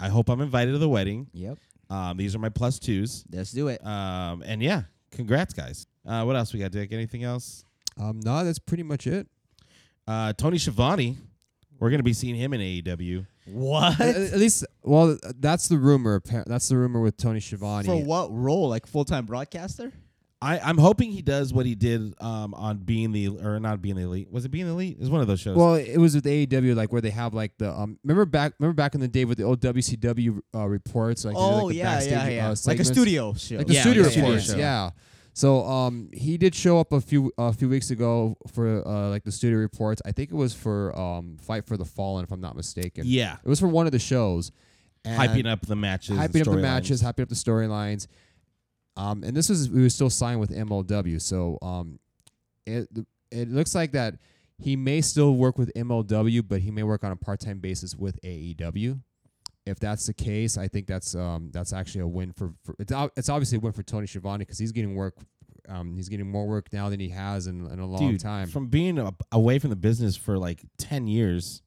S1: I hope I'm invited to the wedding.
S3: Yep.
S1: Um, these are my plus twos.
S3: Let's do it.
S1: Um, and yeah, congrats guys. Uh, what else we got, Dick? Anything else?
S2: Um, no, that's pretty much it.
S3: (laughs)
S1: Uh, Tony Schiavone. We're gonna be seeing him in E AEW
S3: What?
S2: at, at least, well, that's the rumor. appar- That's the rumor with Tony
S3: (laughs)
S2: Schiavone.
S3: For what role? Like full time broadcaster?
S1: I, I'm hoping he does what he did um, on being the or not being the elite. Was it being the elite? It was one of those shows.
S2: Well, it was with AEW, like where they have like the um. Remember back, remember back in the day with the old WCW uh, reports, like they did, like,
S3: Oh,
S2: the backstage, Uh,
S3: like a
S2: segments.
S3: studio show.
S2: like the
S1: Yeah,
S2: studio
S1: like a studio
S2: reports,
S1: show.
S2: yeah. So um, he did show up a few a few weeks ago for uh, like the studio reports. I think it was for um, Fight for the Fallen, if I'm not mistaken.
S1: yeah,
S2: It was for one of the shows. And
S1: hyping up the matches, and
S2: hyping up the
S1: storylines.
S2: matches, hyping up the storylines. Um, and this was we were still signed with MLW, so um, it it looks like that he may still work with MLW, but he may work on a part time basis with AEW. E If that's the case, I think that's um that's actually a win for, for it's ob- it's obviously a win for Tony Schiavone because he's getting work, um he's getting more work now than he has in, in a long
S1: Dude,
S2: time.
S1: From being a, away from the business for like 10 years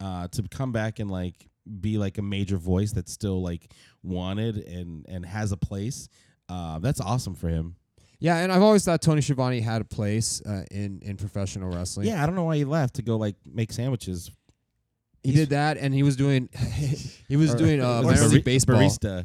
S1: uh, to come back and like be like a major voice that's still like wanted and and has a place. Uh, that's awesome for him.
S2: yeah, and I've always thought Tony Schiavone had a place uh, in in professional wrestling.
S1: Yeah, I don't know why he left to go like make sandwiches.
S2: he did that, and he was doing (laughs) he was
S1: Or- (laughs)
S2: doing uh,
S1: or
S2: minor
S1: bari-
S2: league baseball.
S1: barista.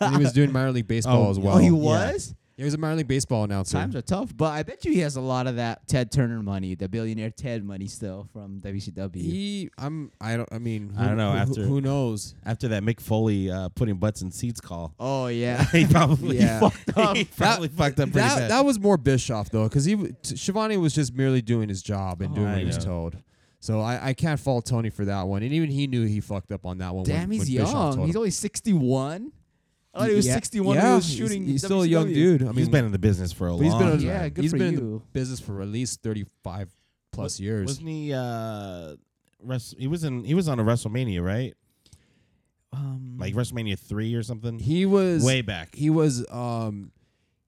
S2: (laughs) And he was doing minor league
S1: (laughs)
S2: baseball
S1: Oh,
S2: as
S1: oh,
S2: well.
S3: (laughs) oh, he
S2: yeah.
S3: was.
S2: He was a minor league baseball announcer.
S3: Times are tough, but I bet you he has a lot of that Ted Turner money, the billionaire Ted money, still from WCW.
S2: He, I'm, I don't, I mean,
S1: I don't know,
S2: who-
S1: after-
S2: who, who knows?
S1: After that Mick Foley uh, putting butts in seats call, (laughs)
S3: oh
S2: (laughs)
S3: yeah, (laughs) Um,
S1: he probably (laughs)
S2: Yeah.
S1: fucked up. he
S3: That-
S1: probably fucked up pretty
S2: that,
S1: bad.
S2: that was more Bischoff though, because he w- t- Shivani was just merely doing his job and
S1: Oh,
S2: doing what
S1: I
S2: he was
S1: know.
S2: told. So I, I can't fault Tony for that one, and even he knew he fucked up on that one.
S3: damn,
S2: when,
S3: he's
S2: when Bischoff
S3: young.
S2: told
S3: He's
S2: him.
S3: only sixty-one. Oh, he was
S2: Yeah.
S3: sixty-one. when
S2: Yeah,
S3: he was
S2: he's-
S3: shooting.
S2: He's, still a young
S3: WCW.
S2: dude. I mean,
S1: E. he's been in the business for a
S2: but he's
S1: long
S2: been
S1: time.
S2: a-
S3: Yeah, good
S2: he's
S3: for
S2: been in the
S3: you.
S2: business for at least thirty five plus years.
S1: Wasn't he? Uh, wrest- he was in. He was on a WrestleMania, right?
S3: Um,
S1: Like WrestleMania three or something.
S2: Mm-hmm. he was
S1: Way back.
S2: he was um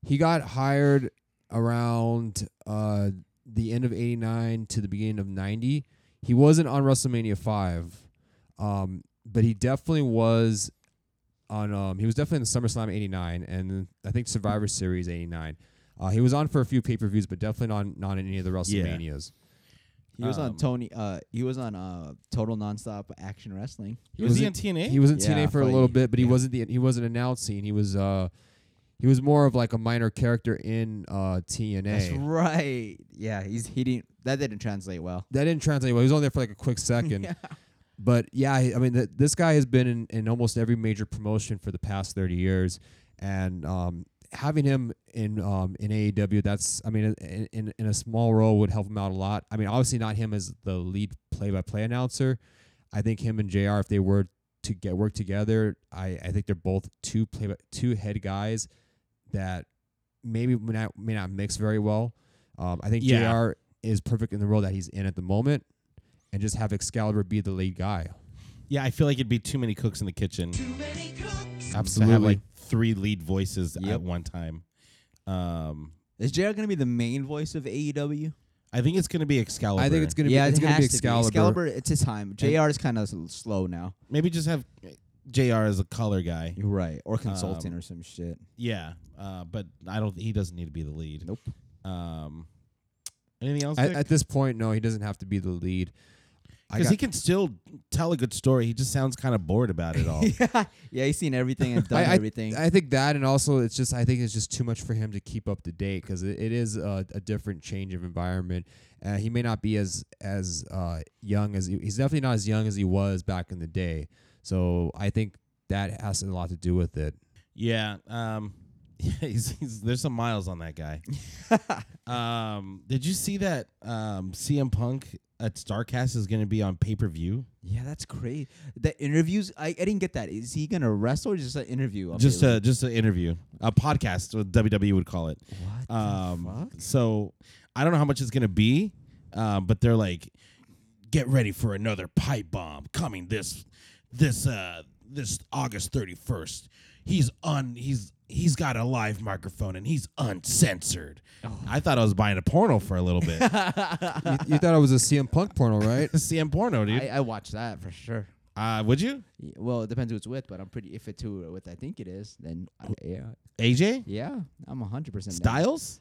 S2: he got hired around uh the end of 89 to the beginning of 90 he wasn't on wrestlemania 5 um but he definitely was on um he was definitely in the summerslam 89 and then i think survivor series 89 uh, he was on for a few pay-per-views but definitely not, not in any of the wrestlemanias
S3: he was
S1: um,
S3: on Tony. Uh, he was on uh Total Nonstop Action Wrestling.
S2: he
S1: was he
S2: in-
S1: on TNA?
S2: He was in
S3: Yeah,
S2: TNA for a
S3: fighting.
S2: little bit, but he
S3: Yeah.
S2: wasn't the he wasn't announcing. He was uh he was more of like a minor character in uh TNA.
S3: That's right. Yeah, he's he didn't. That didn't translate well.
S2: That didn't translate well. He was only there for like a quick second.
S3: (laughs) Yeah.
S2: But yeah, I I mean th- this guy has been in, in almost every major promotion for the past 30 years and um having him in um in AEW that's I mean in, in in a small role would help him out a lot. I mean obviously not him as the lead play-by-play announcer. I think him and JR if they were to get work together, I, I think they're both two play two head guys that maybe may not, may not mix very well. Um, I think
S1: Yeah.
S2: JR is perfect in the role that he's in at the moment, and just have Excalibur be the lead guy.
S1: Yeah, I feel like it'd be too many cooks in the kitchen. To have
S2: Absolutely.
S1: like three lead voices
S3: Yep.
S1: at one time. Um,
S3: Is JR gonna be the main voice of AEW?
S1: I think it's gonna be Excalibur.
S2: I think it's gonna be it's
S3: it
S2: gonna
S3: has
S2: be
S3: to
S2: Excalibur.
S3: Excalibur, it's his time. JR is kind of slow now.
S1: maybe just have Jr. as a color guy.
S3: You're right. Or consultant
S1: Um,
S3: or some shit.
S1: Yeah, uh, but I don't. He doesn't need to be the lead.
S3: Nope.
S1: Um, anything else?
S2: At, at this point, no, he doesn't have to be the lead. I
S1: Because
S2: got-
S1: he can still tell a good story. He just sounds kind of bored about it all.
S3: yeah, (laughs) yeah, he's seen everything and done
S2: (laughs) I- I-
S3: everything.
S2: I think that, and also it's just I think it's just too much for him to keep up to date because it, it is a, a different change of environment. Uh, he may not be as as uh, young as he, he's definitely not as young as he was back in the day. So I think that has a lot to do
S3: (laughs)
S2: with it.
S1: (laughs) Yeah. Um, (laughs) he's, he's, there's some miles on that (laughs) guy. um, did you see that um, CM Punk at StarCast is going to be on pay per view?
S3: yeah, that's crazy. The interviews, I, I didn't get that. Is he gonna wrestle or just an interview?
S1: Just a just an interview, a podcast. What WWE would call it.
S3: what? the
S1: Um,
S3: fuck?
S1: so I don't know how much it's gonna be, um, but they're like, get ready for another pipe bomb coming this this uh this August thirty first. He's un he's he's got a live microphone and he's uncensored.
S3: Oh.
S1: I thought I was buying a porno for a little bit. (laughs)
S3: (laughs)
S2: you, you thought it was a CM Punk porno, right?
S1: CM porno, dude.
S3: I, I watched that for sure.
S1: uh, would you?
S3: Yeah, well, it depends who it's with, but I'm pretty. If it's who with I think it is, then I, yeah,
S1: AJ
S3: yeah, I'm 100 percent (laughs)
S1: Styles.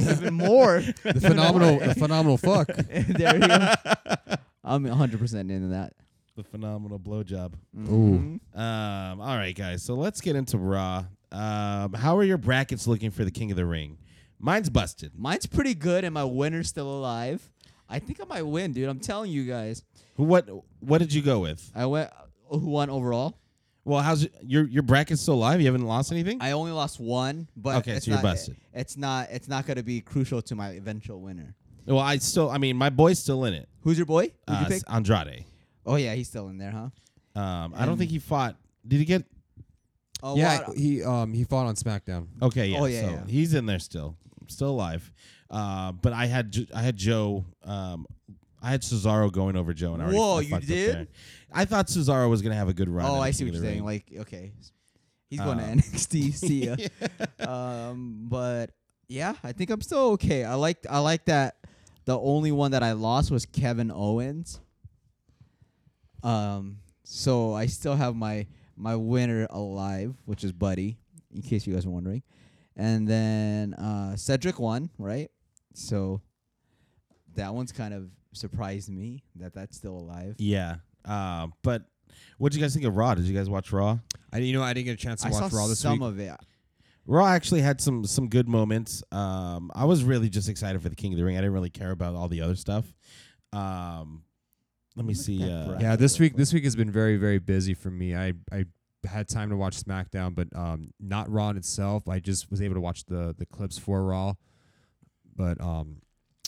S3: even more.
S2: The phenomenal, the
S3: (laughs)
S2: phenomenal fuck.
S3: there you go. I'm 100 percent into that.
S1: The phenomenal blowjob.
S2: Ooh.
S1: Um, all right, guys. So let's get into Raw. Um, how are your brackets looking for the King of the Ring? Mine's busted.
S3: Mine's pretty good, and my winner's still alive. I think I might win, dude. I'm telling you guys.
S1: Who? What? What did you go with?
S3: I went uh, who won overall.
S1: Well, how's your your bracket's still alive? You haven't lost anything.
S3: I only lost one, but
S1: Okay,
S3: it's
S1: so you're
S3: not-
S1: busted.
S3: It's not. It's not going to be crucial to my eventual winner.
S1: well, I still. I mean, my boy's still in it.
S3: Who's your boy? Who'd
S1: Uh,
S3: you pick?
S1: Andrade.
S3: Oh yeah, he's still in there, huh?
S1: Um, I don't think he fought. Did he get?
S3: Oh
S2: Yeah,
S3: wow.
S2: he um he fought on SmackDown.
S1: Okay, yeah.
S3: Oh, yeah,
S1: so
S3: yeah.
S1: he's in there still, still alive. Uh, but I had J- I had Joe um, I had Cesaro going over Joe, and I already
S3: Whoa,
S1: I
S3: you
S1: fucked up
S3: did?
S1: there. I thought Cesaro was gonna have a good run.
S3: Oh,
S1: at
S3: I see
S1: King
S3: what
S1: of
S3: you're
S1: the
S3: saying.
S1: Ring.
S3: Like, okay, he's going
S1: Um,
S3: to
S2: (laughs)
S3: NXT. See ya. um, but yeah, I think I'm still okay. I like I like that. The only one that I lost was Kevin Owens. Um, so I still have my my winner alive, which is Buddy, in case you guys were wondering. And then uh, Cedric won, right? So that one's kind of surprised me that that's still alive.
S1: yeah. Uh, but what did you guys think of Raw? Did you guys watch Raw?
S2: I you know I didn't get a chance to
S3: I saw
S2: watch Raw this
S3: some
S2: week.
S3: of it.
S1: Raw actually had some some good moments. Um, I was really just excited for the King of the Ring. I didn't really care about all the other stuff. Um, let me
S3: Look at
S1: see.
S3: that
S1: Uh,
S3: bra.
S2: yeah, this week this week has been very very busy for me. I I had time to watch SmackDown, but um not Raw in itself. I just was able to watch the the clips for Raw, but um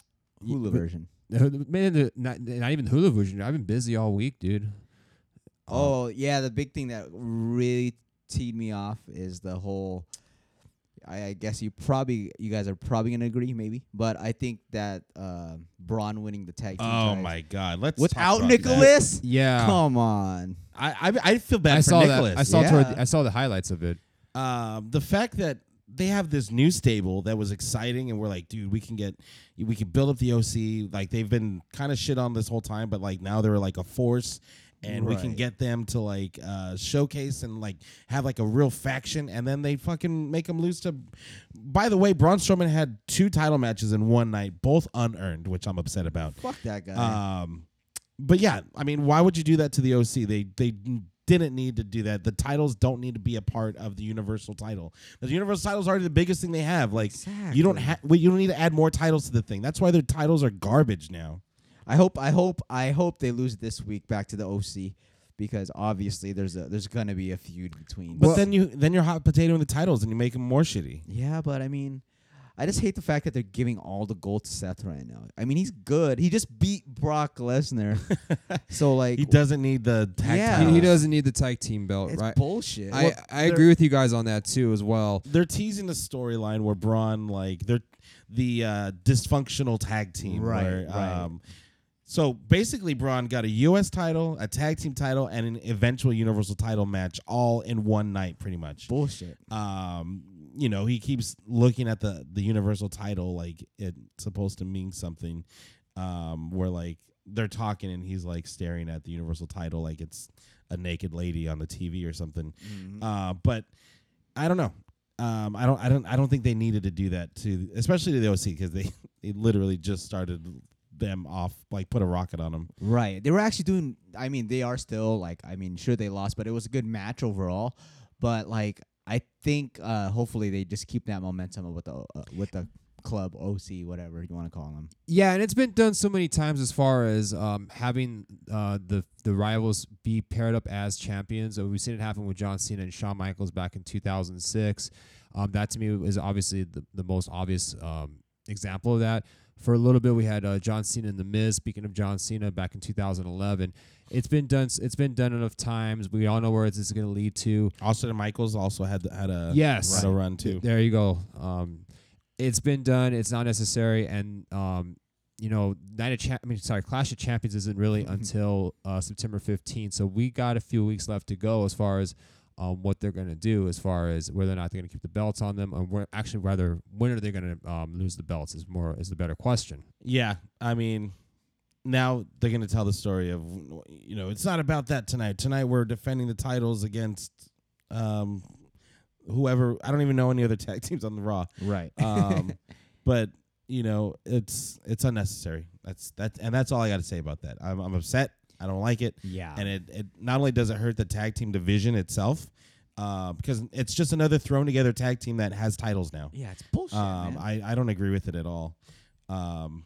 S2: (laughs)
S3: Hulu version.
S2: man, the, not, not even Hulu version. I've been busy all week, dude. Uh,
S1: Um,
S3: Oh yeah, the big thing that really teed me off is the whole. I, I guess you probably you guys are probably gonna agree, maybe, but I think that uh, Braun winning the tag team
S1: oh
S3: titles
S1: my God! Let's talk
S3: without
S1: about
S3: Nicholas.
S2: yeah.
S3: Come on,
S1: that. I, I I feel bad
S2: I
S1: for
S2: saw
S1: Nicholas.
S2: that. I saw toward
S3: yeah.
S2: the, I saw the highlights of it.
S1: um, the fact that they have this new stable that was exciting, and we're like, dude, we can get, we can build up the OC. Like they've been kind of shit on this whole time, but like now they're like a force, and we can
S3: Right.
S1: get them to like uh, showcase and like have like a real faction, and then they fucking make them lose to. By the way, Braun Strowman had two title matches in one night, both unearned, which I'm upset about.
S3: fuck that guy.
S1: Um, but yeah, I mean, why would you do that to the OC? They they didn't need to do that. The titles don't need to be a part of the universal title. The universal titles are the biggest thing they have. Like you don't
S3: Exactly.
S1: have well, you don't need to add more titles to the thing. That's why their titles are garbage now.
S3: I hope, I hope, I hope they lose this week back to the OC because obviously there's a there's gonna be a feud between.
S1: But then you then you're hot potato in the titles and you make them more shitty.
S3: Yeah, but I mean, I just hate the fact that they're giving all the gold to Seth right now. I mean, he's good. He just beat Brock (laughs) Lesnar, so like
S1: He doesn't need the tag
S3: Yeah.
S1: titles.
S2: He, he doesn't need the tag team belt,
S3: It's
S2: right?
S3: bullshit.
S2: I,
S3: Well,
S2: I
S1: they're-
S2: agree with you guys on that too as well.
S1: They're teasing the storyline where Braun like they're the uh, dysfunctional tag team.
S3: Right,
S1: where,
S3: right.
S1: Um, so basically, Braun got a U.S. title, a tag team title, and an eventual Universal title match all in one night, pretty much.
S3: bullshit.
S1: Um, you know, he keeps looking at the the Universal title like it's supposed to mean something. Um, where like they're talking and he's like staring at the Universal title like it's a naked lady on the TV or something. Uh, but I don't know. Um, I don't. I don't. I don't think they needed to do that to, especially to the OC because they (laughs) they literally just started them off like put a rocket on them.
S3: Right. They were actually doing. I mean, they are still like. I mean, sure they lost, but it was a good match overall. But like, I think uh, hopefully they just keep that momentum with the uh, with the club OC, whatever you want to call them.
S2: Yeah, and it's been done so many times as far as um, having uh, the the rivals be paired up as champions. Uh, We've seen it happen with John Cena and Shawn Michaels back in 2006. Um, that to me is obviously the, the most obvious um, example of that. For a little bit, we had uh, John Cena and The Miz. Speaking of John Cena, back in 2011, it's been done. s- It's been done enough times. We all know where this is going to lead to.
S1: Austin Michaels also had had a
S2: Yes.
S1: had a run too.
S2: There you go. Um, it's been done. It's not necessary, and um, you know, Night of Cha- I mean, sorry, Clash of Champions isn't really until uh, September 15th. So we got a few weeks left to go as far as um, what they're going to do, as far as whether or not they're going to keep the belts on them, or whe- actually rather when are they going to um, lose the belts is more is the better question.
S1: Yeah, I mean, now they're gonna tell the story of you know it's not about that tonight. Tonight we're defending the titles against um whoever. I don't even know any other tag (laughs) teams on the Raw.
S3: Right. (laughs)
S1: Um, but you know it's it's unnecessary. That's that and that's all I got to say about that. I'm I'm upset. I don't like it.
S3: Yeah.
S1: And it, it not only does it hurt the tag team division itself, uh, because it's just another thrown together tag team that has titles now.
S3: yeah, it's bullshit.
S1: Um,
S3: man.
S1: I, I don't agree with it at all. Um,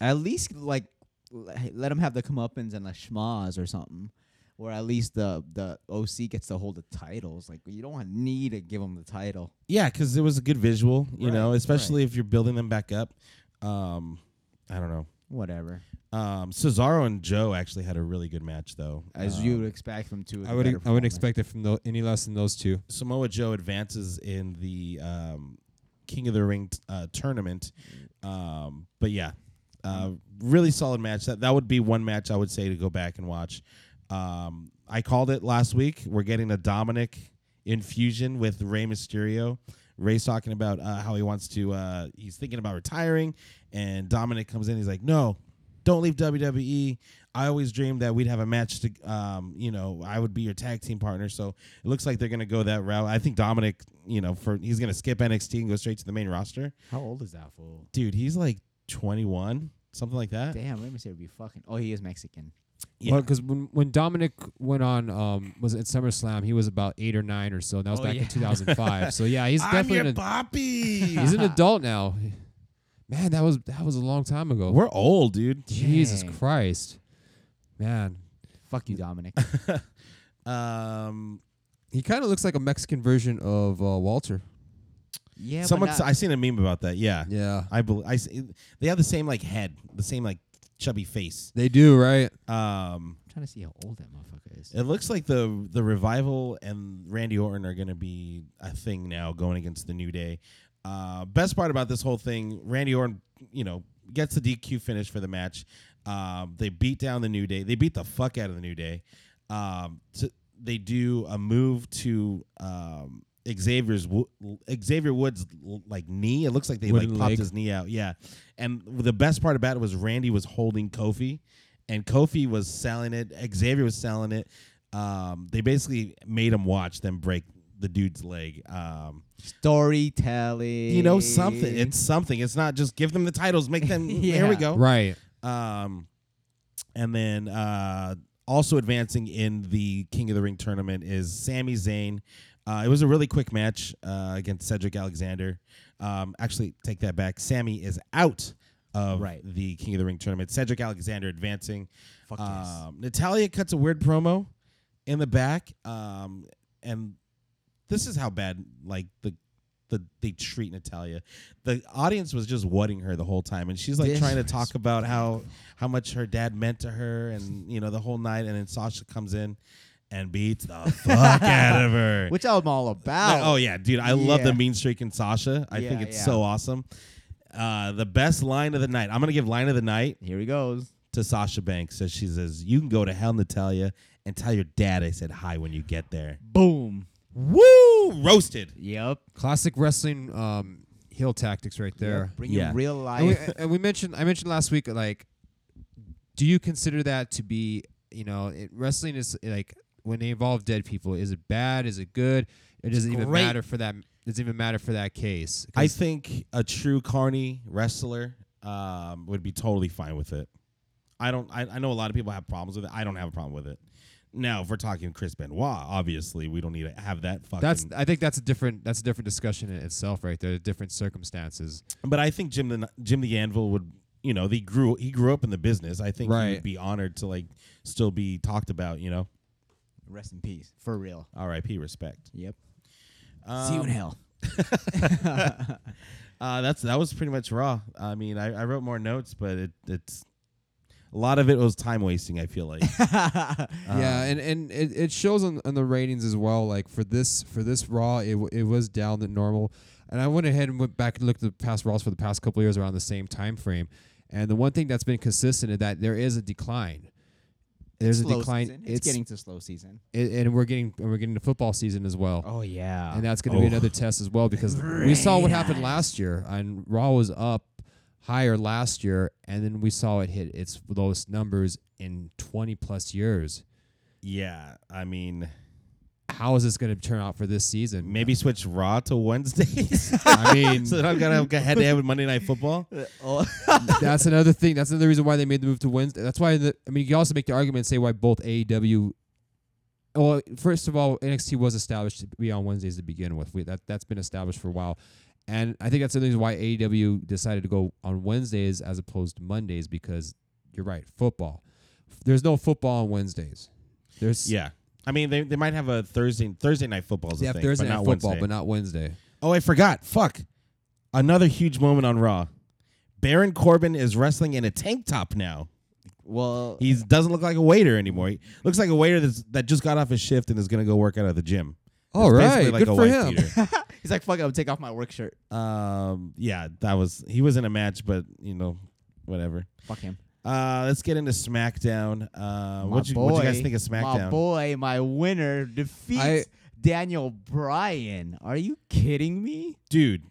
S3: at least like l- hey, let them have the comeuppance and the schmas or something, or at least the the OC gets to hold the titles. Like you don't need to give them the title.
S1: yeah, because it was a good visual, you know,
S3: Right,
S1: especially if you're building them back up. Um, I don't know.
S3: Whatever,
S1: Um, Cesaro and Joe actually had a really good match though.
S3: as
S1: Um,
S3: you would expect from two. of
S2: I
S3: the
S2: would
S3: better
S2: I would
S3: performers.
S2: expect it from tho- any less than those two.
S1: Samoa Joe advances in the um, King of the Ring t- uh, tournament. Um, but yeah, Uh, really solid match. That that would be one match I would say to go back and watch. Um, I called it last week. We're getting a Dominic infusion with Rey Mysterio. Ray's talking about uh, how he wants to. Uh, he's thinking about retiring, and Dominic comes in. He's like, "No, don't leave WWE. I always dreamed that we'd have a match to, um, you know, I would be your tag team partner. So it looks like they're gonna go that route. I think Dominic, you know, for he's gonna skip NXT and go straight to the main roster.
S3: How old is that fool?
S1: Dude, he's like 21, something like that.
S3: Damn, let me see. Would be fucking. Oh, he is Mexican.
S1: Yeah.
S2: because when, when Dominic went on, um, was at SummerSlam, he was about eight or nine or so. And that was
S3: Oh,
S2: back
S3: yeah.
S2: in 2005. so yeah,
S1: (laughs)
S2: he's
S1: I'm
S2: definitely
S1: your
S2: an, ad-
S1: Poppy.
S2: he's (laughs) an adult now. Man, that was that was a long time
S1: (laughs)
S2: ago.
S1: We're old, dude.
S2: Jesus
S3: Dang.
S2: Christ, man,
S3: Fuck you, Dominic.
S1: Um,
S2: he kind of looks like a Mexican version of uh, Walter.
S3: yeah,
S1: someone
S3: But
S1: s- I seen a meme about that. Yeah,
S2: Yeah,
S1: I believe I. s- They have the same like head, the same like chubby face.
S2: they do right.
S1: Um,
S3: I'm trying to see how old that motherfucker is.
S1: It looks like the the revival and Randy Orton are going to be a thing now, going against the New Day. Uh, best part about this whole thing, Randy Orton, you know, gets the DQ finish for the match. Um, they beat down the New Day. They beat the fuck out of the New Day. Um, t- they do a move to um, Xavier's wo- Xavier Woods l- like knee. It looks like they
S2: Wooden
S1: like popped
S2: leg.
S1: his knee out. Yeah, and the best part about it was Randy was holding Kofi, and Kofi was selling it. Xavier was selling it. Um, they basically made him watch them break the dude's leg. Um,
S3: Storytelling.
S1: you know something. It's something. It's not just give them the titles, make
S2: (laughs)
S1: them. There we
S3: Yeah.
S1: go.
S2: Right.
S1: Um, and then uh, also advancing in the King of the Ring tournament is Sami Zayn. Uh, it was a really quick match uh, against Cedric Alexander. Um, actually, take that back. Sammy is out of
S3: Right.
S1: the King of the Ring tournament. Cedric Alexander advancing.
S3: Fuck yes.
S1: Um, Natalia cuts a weird promo in the back, um, and this is how bad like the the they treat Natalia. The audience was just whatting her the whole time, and she's like
S3: This (laughs)
S1: trying to
S3: was
S1: talk about how how much her dad meant to her, and you know the whole night. And then Sasha comes in and beats
S3: (laughs)
S1: the fuck out of her.
S3: Which I'm all about.
S1: Oh yeah, dude, I love the
S3: Yeah.
S1: mean streak in Sasha. I think
S3: Yeah,
S1: it's
S3: yeah.
S1: so awesome. Uh, the best line of the night. I'm gonna give line of the night
S3: Here he goes.
S1: to Sasha Banks says she says, You can go to hell, Natalia, and tell your dad I said hi when you get there.
S3: Boom.
S1: Woo! Roasted.
S3: Yep.
S2: Classic wrestling um, heel tactics right there.
S3: Bring
S1: Yeah.
S3: in real
S2: And, we,
S3: life.
S2: and we mentioned I mentioned last week like, do you consider that to be you know it, wrestling is like when they involve dead people is it bad is it good it doesn't even
S1: great.
S2: matter for that does it even matter for that case
S1: I
S2: 'Cause
S1: think a true carny wrestler um, would be totally fine with it. I don't I, I know a lot of people have problems with it. I don't have a problem with it. Now, if we're talking Chris Benoit, obviously we don't need to have that fucking
S2: that's I think that's a different that's a different discussion in itself right there different circumstances
S1: But I think Jim the Jim the Anvil would, you know, they grew he grew up in the business. I think he
S2: Right.
S1: would be honored to like still be talked about. You know,
S3: Rest in peace. For real.
S1: R.I.P. Respect.
S3: Yep.
S1: Um,
S3: see you in (laughs) hell.
S1: uh, that's that was pretty much raw. I mean, I, I wrote more notes, but it, it's a lot of it was time wasting. I feel
S2: (laughs)
S1: like
S3: Um,
S2: yeah, and and it, it shows on, on the ratings as well. Like for this for this Raw, it w- it was down than normal, and I went ahead and went back and looked at the past Raws for the past couple of years around the same time frame, and the one thing that's been consistent is that there is a decline. There's a
S3: Slow
S2: decline.
S3: season. It's, getting to slow season.
S2: it, and we're getting and we're getting to football season as well.
S3: Oh yeah. (laughs)
S2: And that's going to be
S1: Oh.
S2: another test as well because we saw what happened last year, and Raw was up higher last year, and then we saw it hit its lowest numbers in 20 plus years.
S1: yeah, I mean,
S2: how is this going to turn out for this season?
S1: maybe switch raw to
S2: (laughs)
S1: Wednesdays.
S2: I
S1: (laughs)
S2: mean,
S1: So that I'm gonna have a head to head with Monday Night Football.
S3: Oh.
S2: that's another thing. That's another reason why they made the move to Wednesday. That's why the, I mean, you can also make the argument and say why both AEW. Well, first of all, NXT was established to be on Wednesdays to begin with. We, that that's been established for a while, and I think that's the reason why AEW decided to go on Wednesdays as opposed to Mondays because you're right, football. There's no football on Wednesdays. There's
S1: Yeah, I mean, they, they might have a Thursday Thursday Night Football is
S2: they
S1: a
S2: have
S1: thing,
S2: Thursday
S1: but
S2: night
S1: not
S2: football,
S1: Wednesday.
S2: but not Wednesday.
S1: Oh, I forgot. Fuck. Another huge moment on Raw. Baron Corbin is wrestling in a tank top now.
S3: well,
S1: He doesn't look like a waiter anymore. He looks like a waiter that's, that just got off his shift and is going to go work out at the gym.
S2: All
S1: It's
S2: right,
S1: basically
S2: good for
S1: wife
S2: him.
S1: beater.
S3: he's
S2: (laughs)
S3: like, "Fuck it, I'll take off my work shirt."
S1: um, yeah, that was he was in a match, but you know, whatever.
S3: Fuck him.
S1: Uh, let's get into SmackDown. Uh, what you, what'd you guys think of
S3: My
S1: SmackDown?
S3: boy, my winner defeats
S2: I-
S3: Daniel Bryan. Are you kidding me?
S1: Dude,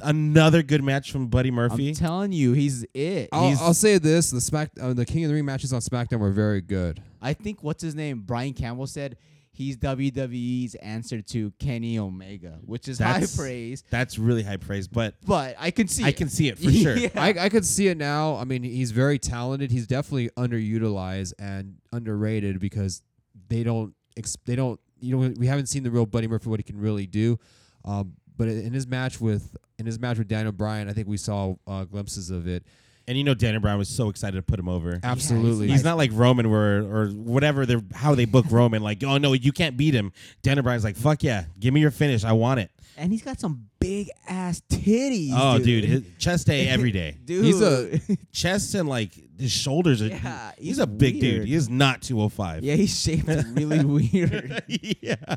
S1: another good match from Buddy Murphy.
S3: I'm telling you, he's it.
S2: I'll,
S3: he's,
S2: I'll say this: the Smack, uh, the King of the Ring matches on SmackDown were very good.
S3: I think what's his name? Brian Campbell said he's WWE's answer to Kenny Omega, which is
S1: That's-
S3: high praise.
S1: That's really high praise, but
S3: But I can see.
S1: I
S3: it.
S1: can see it for sure.
S3: (laughs) Yeah.
S2: I, I could see it now. I mean, he's very talented. He's definitely underutilized and underrated because they don't ex- they don't you know we haven't seen the real Buddy Murphy what he can really do. Um, but in his match with in his match with Daniel Bryan, I think we saw uh, glimpses of it.
S1: And you know, Daniel Brown was so excited to put him over.
S2: Absolutely,
S1: He's not like Roman, where or whatever they're how they book Roman. Like, oh no, you can't beat him. Daniel Bryan's like, fuck yeah, give me your finish. I want it.
S3: and he's got some big ass titties.
S1: Oh, dude, his, chest day every day.
S3: dude,
S2: He's a-
S1: Chest and like his shoulders are.
S3: Yeah,
S1: he's,
S3: he's
S1: a big dude.
S3: weird.
S1: He is not two hundred five.
S3: (laughs) yeah, he's shaped (laughs) really weird.
S1: (laughs) yeah.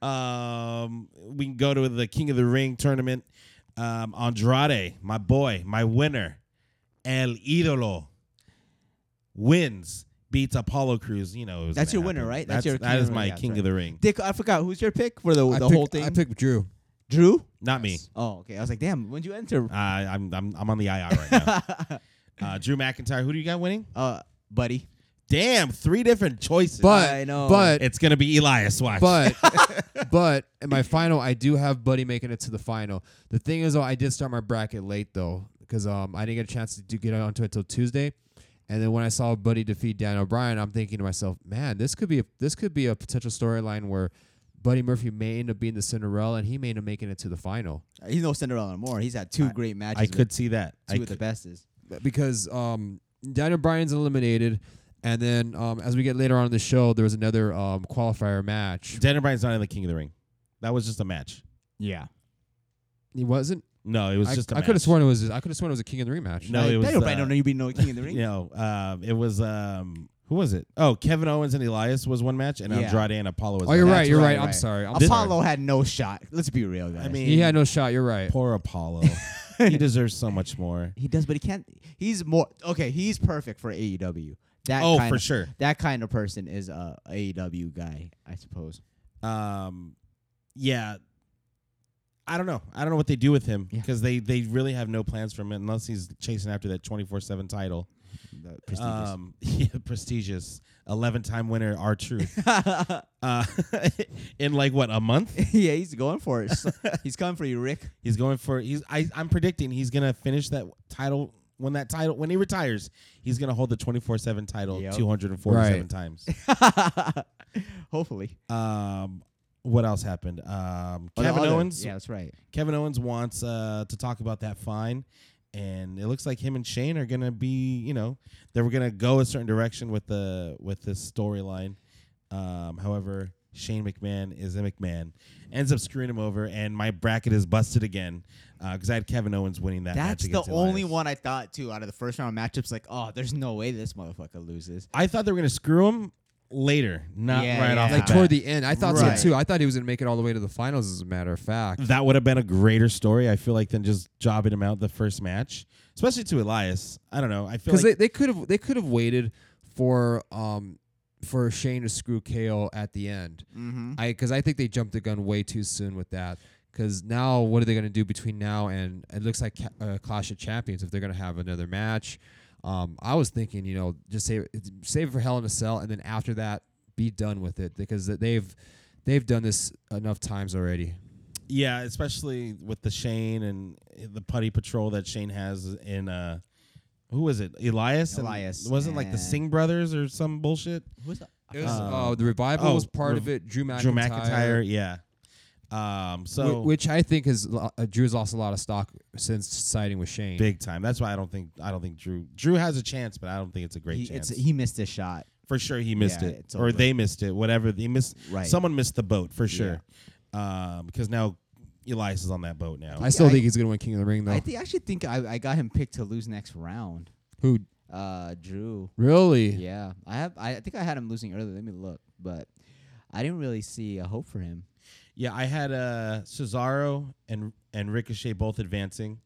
S1: Um, we can go to the King of the Ring tournament. Um, Andrade, my boy, my winner, El Idolo, wins, beats Apollo Crews. You know, it was
S3: That's
S1: gonna
S3: your winner,
S1: happen.
S3: right? That's
S1: That's
S3: your
S1: that
S3: King
S1: is
S3: of the
S1: my
S3: Ring, yeah,
S1: King
S3: that's
S1: of the Ring.
S3: Dick, I forgot who's your pick for the the
S2: I
S3: whole
S2: pick-
S3: thing.
S2: I picked Drew.
S3: Drew.
S1: Not me.
S3: Oh, okay. I was like, damn. When'd you enter?
S1: Uh, I'm I'm I'm on the IR right now.
S3: (laughs)
S1: uh, Drew McIntyre. Who do you got winning?
S3: Uh, buddy.
S1: Damn, three different choices.
S2: But
S3: I know.
S2: but
S1: it's gonna be Elias. Watch.
S2: (laughs) But but in my final, I do have Buddy making it to the final. The thing is, though, I did start my bracket late though because um I didn't get a chance to do, get onto it till Tuesday, and then when I saw Buddy defeat Dan O'Brien, I'm thinking to myself, man, this could be a this could be a potential storyline where Buddy Murphy may end up being the Cinderella and he may end up making it to the final
S3: Uh, He's no Cinderella anymore. He's had two great matches.
S1: I
S3: with
S1: could see that. I
S3: two of the
S1: could-
S3: bestest.
S2: because um Dan O'Brien's eliminated. And then, um, as we get later on in the show, there was another um, qualifier match.
S1: Daniel Bryan's not in the King of the Ring. That was just a match.
S3: Yeah.
S2: He wasn't.
S1: No, it was
S2: I,
S1: just. a
S2: I could have
S1: match.
S2: sworn it was. I could have sworn it was a King of the Ring match.
S1: No, it was.
S3: Daniel
S1: uh,
S3: Bryan don't even know King
S1: (laughs)
S3: of the Ring.
S1: You know, um, it was um, who was it? Oh, Kevin Owens and Elias was one match, and
S3: Yeah.
S1: Andrade and Apollo was.
S2: Oh, you're
S1: another.
S2: right. You're
S3: right,
S2: right. I'm
S3: right.
S2: sorry. I'm
S3: Apollo
S2: sorry.
S3: had no shot. Let's be real, guys.
S1: I mean,
S2: He had no shot. You're right.
S1: poor
S3: (laughs)
S1: Apollo. he deserves so much more.
S3: he does, but he can't. He's more okay. He's perfect for AEW. That
S1: Oh,
S3: kind
S1: for
S3: of,
S1: sure.
S3: That kind of person is a AEW guy, I suppose.
S1: Um, yeah. I don't know. I don't know what they do with him
S3: Yeah.
S1: because they they really have no plans for him unless he's chasing after that 24 seven title.
S3: The prestigious.
S1: Um, (laughs) yeah, prestigious 11 time winner R Truth.
S3: Um,
S1: uh, (laughs) in like what a month?
S3: (laughs) yeah, he's going for it. (laughs) So- he's coming for you, Rick. (laughs)
S1: He's going for he's I I'm predicting he's gonna finish that title when that title when he retires he's gonna hold the 24 seven title
S3: Yep.
S1: 247
S2: Right.
S1: times. (laughs)
S3: Hopefully.
S1: Um, what else happened? Um,
S3: Oh, the
S1: Kevin
S3: other-
S1: Owens
S3: Yeah, that's right.
S1: Kevin Owens wants uh, to talk about that fine, and it looks like him and Shane are gonna be, you know, they were gonna go a certain direction with the with this storyline. Um, however, Shane McMahon is a McMahon, ends up screwing him over, and my bracket is busted again because I had Kevin Owens winning that. match
S3: That's the
S1: against
S3: only
S1: Elias.
S3: one I thought too out of the first round matchups. Like, oh, there's no way this motherfucker loses.
S1: I thought they were gonna screw him later, not
S3: Yeah,
S1: right off
S3: yeah.
S1: the
S2: Like
S1: bat.
S2: toward the end, I thought
S3: Right.
S2: so too. I thought he was gonna make it all the way to the finals. As a matter of fact,
S1: that would have been a greater story, I feel like, than just jobbing him out the first match, especially to Elias. I don't know. I feel
S2: because
S1: like
S2: they they could have they could have waited for um for Shane to screw KO at the end.
S3: Mm-hmm.
S2: I because I think they jumped the gun way too soon with that. Because now, what are they gonna do between now and it looks like ca- uh, Clash of Champions if they're gonna have another match? Um, I was thinking, you know, just save it- save it for Hell in a Cell, and then after that, be done with it because th- they've they've done this enough times already.
S1: Yeah, especially with the Shane and the putty patrol that Shane has in uh who was it? Elias? And
S3: Elias
S1: Wasn't like the
S3: and-
S1: Sing brothers or some bullshit?
S3: Who's the,
S2: It was,
S1: Uh,
S2: uh, the revival
S1: oh,
S2: was part
S1: Rev-
S2: of it. Drew McIntyre,
S1: Drew McIntyre, yeah. Um
S2: whi-
S1: so
S2: which I think has lo- uh, Drew's lost a lot of stock since siding with Shane.
S1: big time. That's why I don't think I don't think Drew Drew has a chance, but I don't think it's a great
S3: he,
S1: chance.
S3: it's, he missed his shot.
S1: for sure he missed
S3: Yeah,
S1: it.
S3: it's
S1: Or
S3: over.
S1: they missed it. Whatever. They missed
S3: Right.
S1: someone missed the boat for sure. Um because now Elias is on that boat now.
S2: I still
S3: I-
S2: think he's gonna win King of the Ring though.
S3: I think I should think I, I got him picked to lose next round.
S2: Who
S3: Uh, Drew.
S2: really?
S3: Yeah, I have. I I think I had him losing earlier. Let me look, but I didn't really see a hope for him.
S1: Yeah, I had uh, Cesaro and and Ricochet both advancing.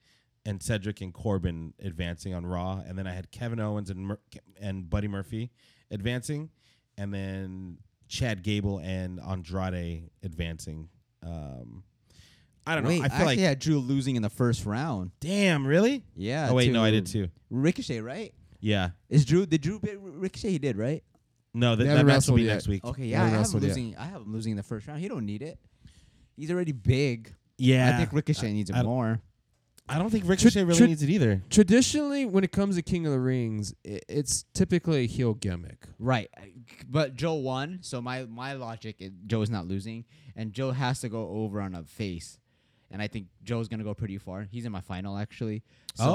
S1: and Cedric and Corbin advancing on Raw, and then I had Kevin Owens and Mur- and Buddy Murphy advancing, and then Chad Gable and Andrade advancing. Um, I don't
S3: Wait,
S1: know. I feel
S3: actually
S1: like
S3: had Drew losing in the first round.
S1: damn, really?
S3: Yeah.
S1: oh wait, no, I
S3: to
S1: did too.
S3: Ricochet, right?
S1: Yeah,
S3: Is Drew did Drew beat Ricochet? He did, right?
S1: no, that,
S2: They
S1: that
S2: haven't
S1: match will
S2: wrestled
S1: be
S2: yet.
S1: next week.
S3: Okay, yeah, I
S2: Never
S3: have him
S2: wrestled yet.
S3: losing. I have him losing in the first round. He don't need it. He's already big.
S1: Yeah,
S3: I think Ricochet needs it
S1: I-
S3: more.
S1: I don't think Ricochet really
S2: Should-
S1: needs it either.
S2: Traditionally, when it comes to King of the Rings, i it's typically a heel gimmick.
S3: Right, I- but Joe won, so my my logic is Joe is not losing, and Joe has to go over on a face, and I think Joe's gonna go pretty far. He's in my final actually, so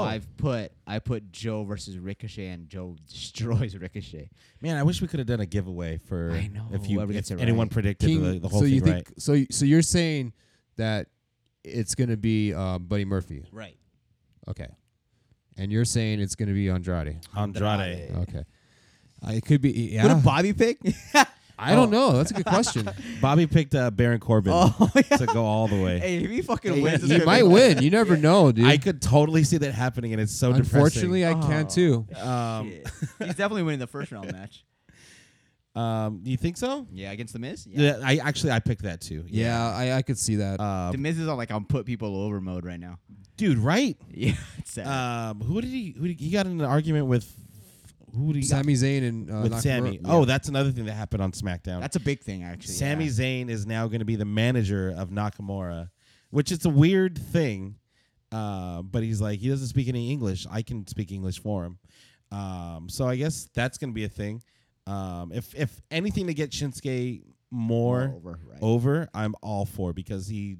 S1: Oh.
S3: I've put I put Joe versus Ricochet, and Joe (laughs) destroys Ricochet.
S1: Man, I wish we could have done a giveaway for
S3: I know,
S1: if you
S3: whoever
S1: if
S3: gets it
S1: anyone
S3: right.
S1: predicted
S2: King.
S1: the, the whole
S2: so
S1: thing
S2: you think
S1: right.
S2: so? y- So you're saying that it's gonna be um, Buddy Murphy?
S3: Right.
S2: Okay. And you're saying it's gonna be Andrade?
S1: Andrade.
S3: Andrade.
S2: Okay. Uh, it could be.
S1: e,
S2: Yeah.
S3: What a Bobby pick? (laughs)
S2: I don't
S1: Oh.
S2: know. That's a good
S1: (laughs)
S2: question.
S1: Bobby picked uh, Baron Corbin
S2: (laughs)
S3: oh yeah.
S1: to go all the way.
S3: Hey, if he fucking
S1: Hey,
S3: wins,
S1: he
S3: it's
S2: you
S3: gonna
S2: might
S3: be-
S1: (laughs)
S2: win. You never know, (laughs) dude.
S1: I could totally see that happening, and it's so
S2: Unfortunately, I can
S3: Oh.
S2: too.
S1: depressing. Um,
S3: Shit. He's definitely winning the first (laughs) round match.
S1: um, you think so?
S3: Yeah, against the Miz. Yeah.
S1: Yeah. I actually I picked that too.
S2: Yeah, I, I could see that.
S1: Um,
S3: The Miz is on like I'm put people over mode right now.
S1: dude, right?
S3: (laughs) Yeah, it's sad.
S1: Um, who did he? Who did, he got in an argument with? Who did he
S2: Sami Zayn and uh,
S1: with
S2: Nakamura.
S1: Sammy?
S2: Yeah.
S1: Oh, that's another thing that happened on SmackDown.
S3: (laughs) That's a big thing actually.
S1: Sami
S3: yeah.
S1: Zayn is now going to be the manager of Nakamura, which is a weird thing. Uh, but he's like, he doesn't speak any English. I can speak English for him. Um, so I guess that's going to be a thing. Um, if if anything to get Shinsuke more
S3: over, right.
S1: over, I'm all for because he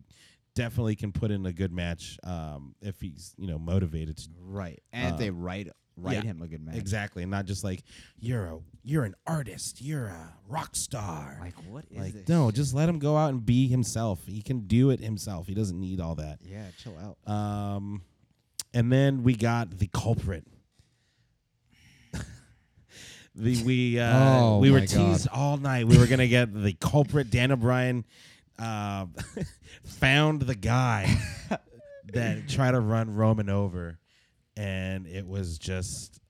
S1: definitely can put in a good match um, if he's you know motivated to
S3: Right. And
S1: Uh,
S3: if they write write
S1: yeah,
S3: him a good match.
S1: exactly, and not just like you're a you're an artist, you're a rock star.
S3: Like what is
S1: Like,
S3: this?
S1: no,
S3: shit?
S1: just let him go out and be himself. He can do it himself. He doesn't need all that.
S3: yeah, chill out.
S1: Um, and then we got the culprit. (laughs) the we uh,
S2: Oh,
S1: we were
S2: my God.
S1: teased all night. We were gonna get the culprit. Dan O'Brien uh, (laughs) found the guy that tried to run Roman over, and it was just